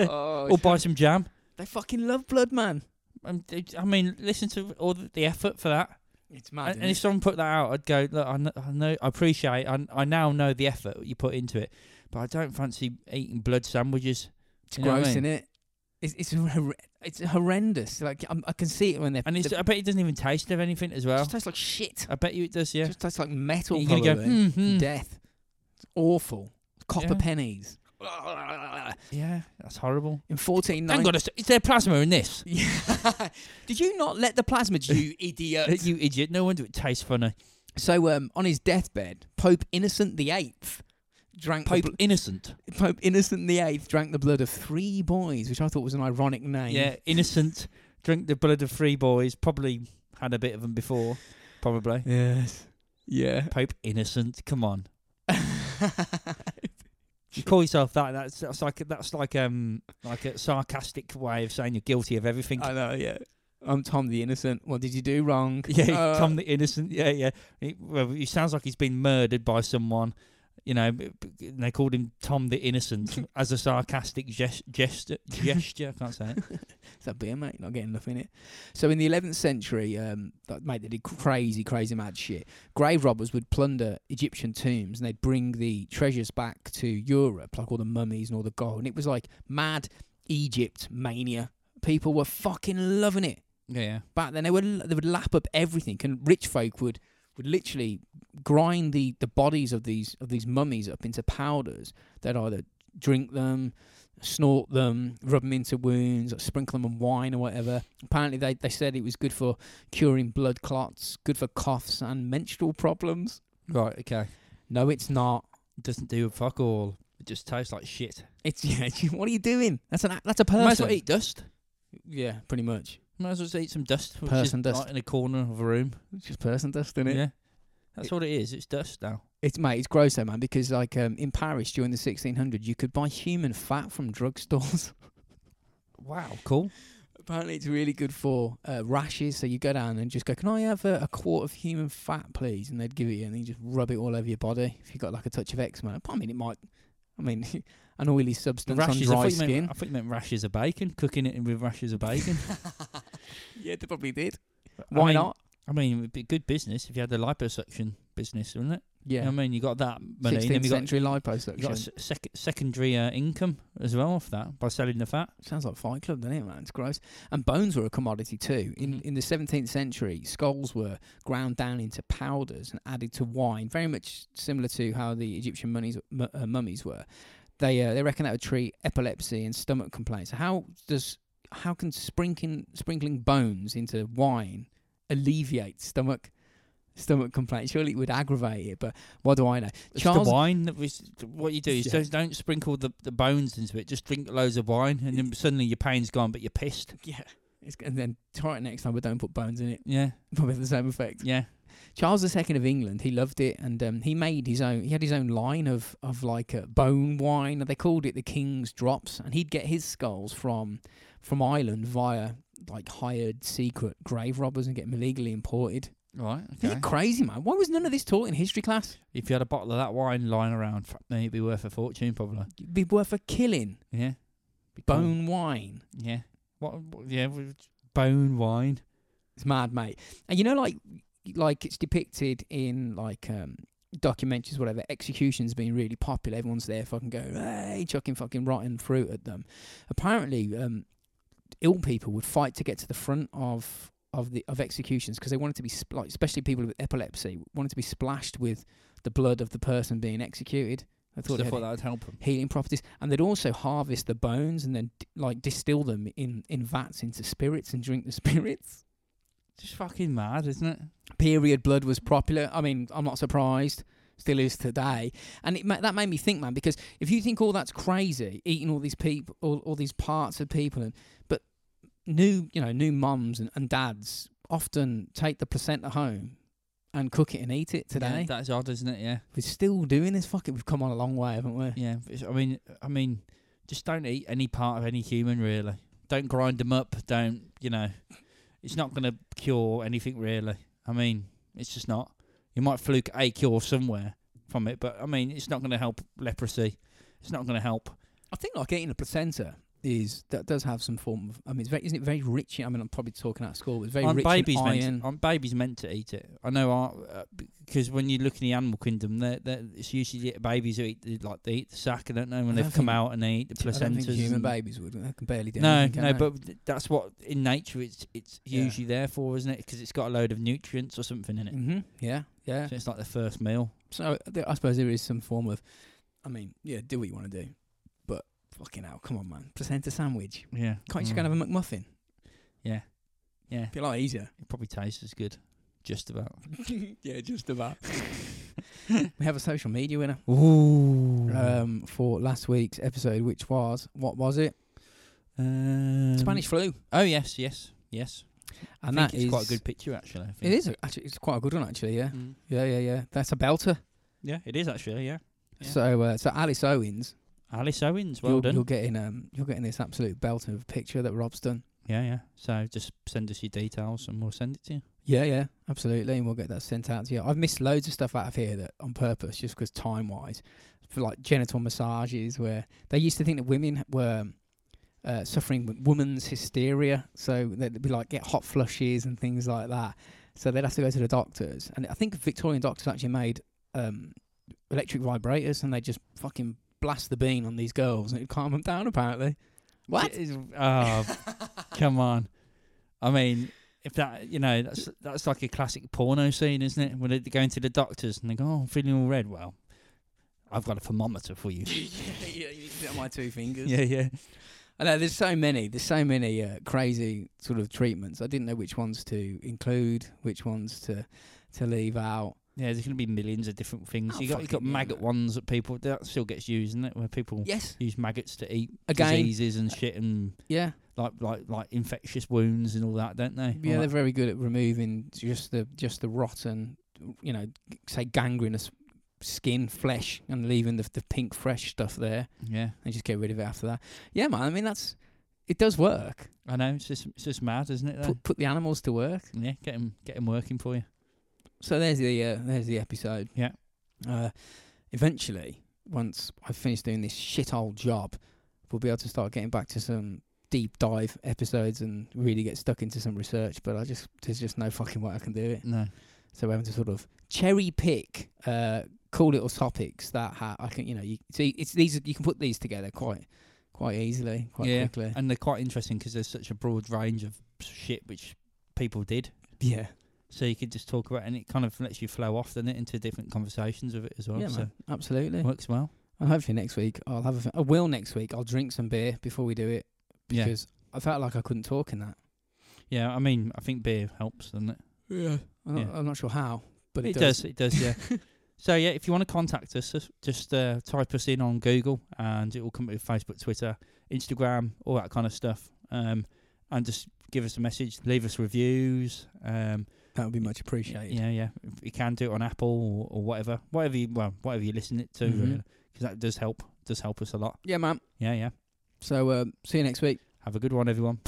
B: oh,
A: or buy some jam.
B: they fucking love blood, man.
A: Um, I mean, listen to all the the effort for that.
B: It's
A: And,
B: mad.
A: and if someone put that out, I'd go, look, I know, I, know, I appreciate, I, I now know the effort you put into it, but I don't fancy eating blood sandwiches.
B: it's
A: you know what I
B: gross,
A: mean?
B: isn't it? It's it's, horre- it's horrendous. Like I'm, I can see it when they're
A: And it's,
B: they're-
A: I bet it doesn't even taste of anything as
B: it
A: well.
B: just tastes like shit.
A: I bet you it does, yeah.
B: Just tastes like metal.
A: You're gonna go,
B: probably.
A: hmm, hmm.
B: death. It's awful. Copper
A: Yeah.
B: pennies.
A: Yeah, that's horrible.
B: In fourteen
A: Thank God, it's- is there plasma in this?
B: Did you not let the plasma, you idiot?
A: Uh, you idiot, no wonder it tastes funny.
B: so, um, on his deathbed, Pope Innocent the Eighth drank the
A: Pope Innocent.
B: bl- Pope Innocent the Eighth drank the blood of three boys, which I thought was an ironic name.
A: Yeah, Innocent. Drink the blood of three boys. Probably had a bit of them before. Probably.
B: Yes. Yeah.
A: Pope Innocent, come on. You call yourself that? That's, that's like that's like um like a sarcastic way of saying you're guilty of everything.
B: know. Yeah. I'm Tom the innocent. What did you do wrong?
A: Yeah,
B: Uh,
A: Tom the innocent. Yeah, yeah. He, well, he sounds like he's been murdered by someone. You know, b- b- and they called him Tom the Innocent as a sarcastic gest- gesture. Gesture, I can't say it.
B: It's that beer, mate. Not getting enough in it. So in the 11th century, um, that, mate, they did crazy, crazy mad shit. Grave robbers would plunder Egyptian tombs and they'd bring the treasures back to Europe, like all the mummies and all the gold. And it was like mad Egypt mania. People were fucking loving it
A: Yeah, yeah.
B: back then. They would they would lap up everything, and rich folk would would literally grind the, the bodies of these of these mummies up into powders. They'd either drink them, snort them, rub them into wounds, or sprinkle them on wine or whatever. Apparently, they they said it was good for curing blood clots, good for coughs and menstrual problems.
A: Right, okay.
B: No, it's not.
A: Doesn't do fuck all. It just tastes like shit.
B: It's yeah. What are you doing? That's an a- that's a person.
A: Might as well eat dust.
B: Yeah, pretty much.
A: Might as well just eat some dust. Which
B: Person
A: is
B: dust.
A: Like in a corner of a room.
B: It's just person dust, isn't it?
A: Yeah. That's what it is. It's dust now.
B: It's mate, it's gross though, man. Because like um, in Paris during the 1600s, you could buy human fat from drugstores.
A: Wow, cool.
B: Apparently, it's really good for uh, rashes. So you go down and just go, "Can I have a, a quart of human fat, please?" And they'd give it you, and then you just rub it all over your body. If you got like a touch of eczema, I mean, it might. I mean, an oily substance
A: Rashes.
B: on
A: I
B: dry
A: thought, you meant,
B: skin.
A: I thought you meant rashes of bacon. Cooking it with rashes of bacon.
B: yeah, they probably did.
A: I
B: Why
A: mean,
B: not?
A: I mean, it'd be good business if you had the liposuction business, wouldn't it? You
B: Yeah,
A: know what I mean, you got that money, and then
B: 16th
A: you got,
B: century
A: you got
B: liposuction.
A: s- sec- secondary uh, income as well off that by selling the fat.
B: Sounds like Fight Club, doesn't it, man? It's gross. And bones were a commodity too. In
A: Mhm.
B: in the 17th century, skulls were ground down into powders and added to wine, very much similar to how the Egyptian mummies, mu- uh, mummies were. They uh, they reckon that would treat epilepsy and stomach complaints. How does how can sprinkling sprinkling bones into wine alleviate stomach stomach complaints? Surely it would aggravate it, but what do I know?
A: It's
B: Charles-
A: the wine that was. What you do is
B: Yeah.
A: just don't sprinkle the, the bones into it. Just drink loads of wine, and then suddenly your pain's gone, but you're pissed.
B: Yeah. It's, and then try it next time, but don't put bones in it.
A: Yeah,
B: Probably the same effect.
A: yeah.
B: Charles II of England, he loved it, and um, he made his own. He had his own line of of like uh, bone wine. and They called it the King's Drops, and he'd get his skulls from from Ireland via like hired secret grave robbers and get them illegally imported.
A: Right.
B: This
A: Okay.
B: is crazy, man. Why was none of this taught in history class?
A: If you had a bottle of that wine lying around, fuck me, it'd be worth a fortune probably.
B: It'd be worth a killing.
A: Yeah. Be cool.
B: Bone wine.
A: Yeah. What, what? Yeah. we- Bone wine.
B: It's mad, mate. And you know, like, like it's depicted in like um, documentaries, whatever. Executions being really popular. Everyone's there, fucking going, hey, chucking fucking rotten fruit at them. Apparently, um, ill people would fight to get to the front of of the of executions because they wanted to be spl- like, especially people with epilepsy, wanted to be splashed with the blood of the person being executed. I
A: So
B: thought,
A: I
B: it had
A: thought that would help him.
B: healing properties, and they'd also harvest the bones and then d- like distill them in in vats into spirits and drink the spirits
A: Just fucking mad, isn't it?
B: period blood was popular. I mean, I'm not surprised. Still is today, and it ma- that made me think, man. Because if you think all that's crazy, eating all these people, all, all these parts of people, and but new, you know, new mums and, and dads often take the placenta home and cook it and eat it today.
A: Yeah, that's odd, isn't it? Yeah.
B: We're still doing this. Fuck it, we've come on a long way, haven't we?
A: Yeah, it's- I mean, I mean, just don't eat any part of any human really. Don't grind them up. Don't you know? It's not going to cure anything really. I mean, it's just not. You might fluke a cure somewhere from it, but I mean, it's not going to help leprosy. It's not going to help.
B: I think like eating a placenta is that does have some form of. I mean, it's very, isn't it very rich? in- I mean, I'm probably talking out of school. But it's very
A: Aren't
B: rich
A: babies
B: in
A: meant?
B: iron.
A: To, aren't babies meant to eat it? I know, because when you look in the animal kingdom, they're, they're, it's usually babies who eat the, like they eat the sack. I don't know when
B: I
A: they've
B: don't
A: come
B: think-
A: out and they eat the
B: I don't think
A: placentas.
B: human
A: and-
B: babies would. They can barely do
A: No,
B: anything, can
A: no,
B: they?
A: but th- that's what in nature it's it's
B: Yeah.
A: usually there for, isn't it? Because it's got a load of nutrients or something in it.
B: hmm Yeah, yeah.
A: So it's like the first meal.
B: So there, I suppose there is some form of, I mean, yeah, do what you want to do, but fucking hell, come on, man, placenta sandwich.
A: Yeah.
B: Can't you just go and have a McMuffin?
A: Yeah. Mm. Yeah.
B: Be a lot easier.
A: It probably tastes as good. Just about.
B: yeah, just about. we have a social media winner
A: Ooh.
B: um, for last week's episode, which was what was it?
A: Um,
B: Spanish flu,
A: Oh yes, yes, yes.
B: and
A: I think
B: that
A: it's quite a
B: is-
A: good picture actually. I
B: It
A: think.
B: is a- actually it's quite a good one actually. Yeah,
A: Mm.
B: yeah, yeah, yeah. That's a belter.
A: Yeah, it is actually. Yeah. Yeah.
B: So, uh, so Alice Owens,
A: Alice Owens, well
B: you're,
A: done.
B: you're getting um, you're getting this absolute belter of a picture that Rob's done.
A: Yeah, yeah. So just send us your details and we'll send it to you.
B: Yeah, yeah, absolutely. And we'll get that sent out to you. I've missed loads of stuff out of here that on purpose, just 'cause time wise, for like genital massages, where they used to think that women were uh, suffering with woman's hysteria. So they'd be like, get hot flushes and things like that. So they'd have to go to the doctors. And I think Victorian doctors actually made um, electric vibrators and they just fucking blast the bean on these girls and it'd calm them down, apparently. What?
A: Oh, come on. I mean, if that you know that's that's like a classic porno scene, isn't it? When they're going to the doctors and they go, "Oh, I'm feeling all red." Well, I've got a thermometer for you.
B: yeah, you got my two fingers.
A: yeah, yeah.
B: I know there's so many. There's so many uh, crazy sort of treatments. I didn't know which ones to include, which ones to to leave out.
A: Yeah, there's going to be millions of different things.
B: Oh,
A: you got you got
B: fucking yeah,
A: maggot
B: man.
A: ones that people that still gets used, isn't it? Where people
B: Yes.
A: use maggots to eat
B: Again.
A: diseases and shit and
B: Yeah.
A: like like like infectious wounds and all that, don't they?
B: Yeah,
A: All
B: they're
A: that-
B: very good at removing just the just the rotten, you know, g- say gangrenous skin, flesh, and leaving the the pink fresh stuff there,
A: yeah.
B: and just get rid of it after that. Yeah, man. I mean, that's it does work.
A: I know. It's just it's just mad, isn't it? Though?
B: Put put the animals to work.
A: Yeah, get him get him working for you.
B: So there's the uh, there's the episode.
A: Yeah.
B: Uh, eventually, once I've finished doing this shit old job, we'll be able to start getting back to some deep dive episodes and really get stuck into some research. But I just there's just no fucking way I can do it.
A: No.
B: So we're having to sort of cherry pick uh, cool little topics that ha- I can you know you see it's these you can put these together quite quite easily quite
A: Yeah.
B: quickly.
A: and they're quite interesting because there's such a broad range of shit which people did.
B: Yeah.
A: So you could just talk about, and it kind of lets you flow off, then it into different conversations of it as well.
B: yeah,
A: so
B: man. Absolutely.
A: works well.
B: And hopefully next week I'll have a. I will next week. I'll drink some beer before we do it
A: Yeah.
B: because I felt like I couldn't talk in that.
A: Yeah, I mean, I think beer helps, doesn't it?
B: Yeah. I'm,
A: Yeah.
B: Not, I'm not sure how, but it,
A: it does. It does. Yeah. so yeah, if you want to contact us, just- just uh, type us in on Google, and it will come up with Facebook, Twitter, Instagram, all that kind of stuff. Um, and just give us a message, leave us reviews. Um,
B: That would be much appreciated.
A: Yeah, yeah. If you can do it on Apple or, or whatever, whatever you well, whatever you listen it to,
B: Mhm.
A: because that does help. Does help us a lot.
B: Yeah, man.
A: Yeah, yeah.
B: So um, see you next week.
A: Have a good one, everyone.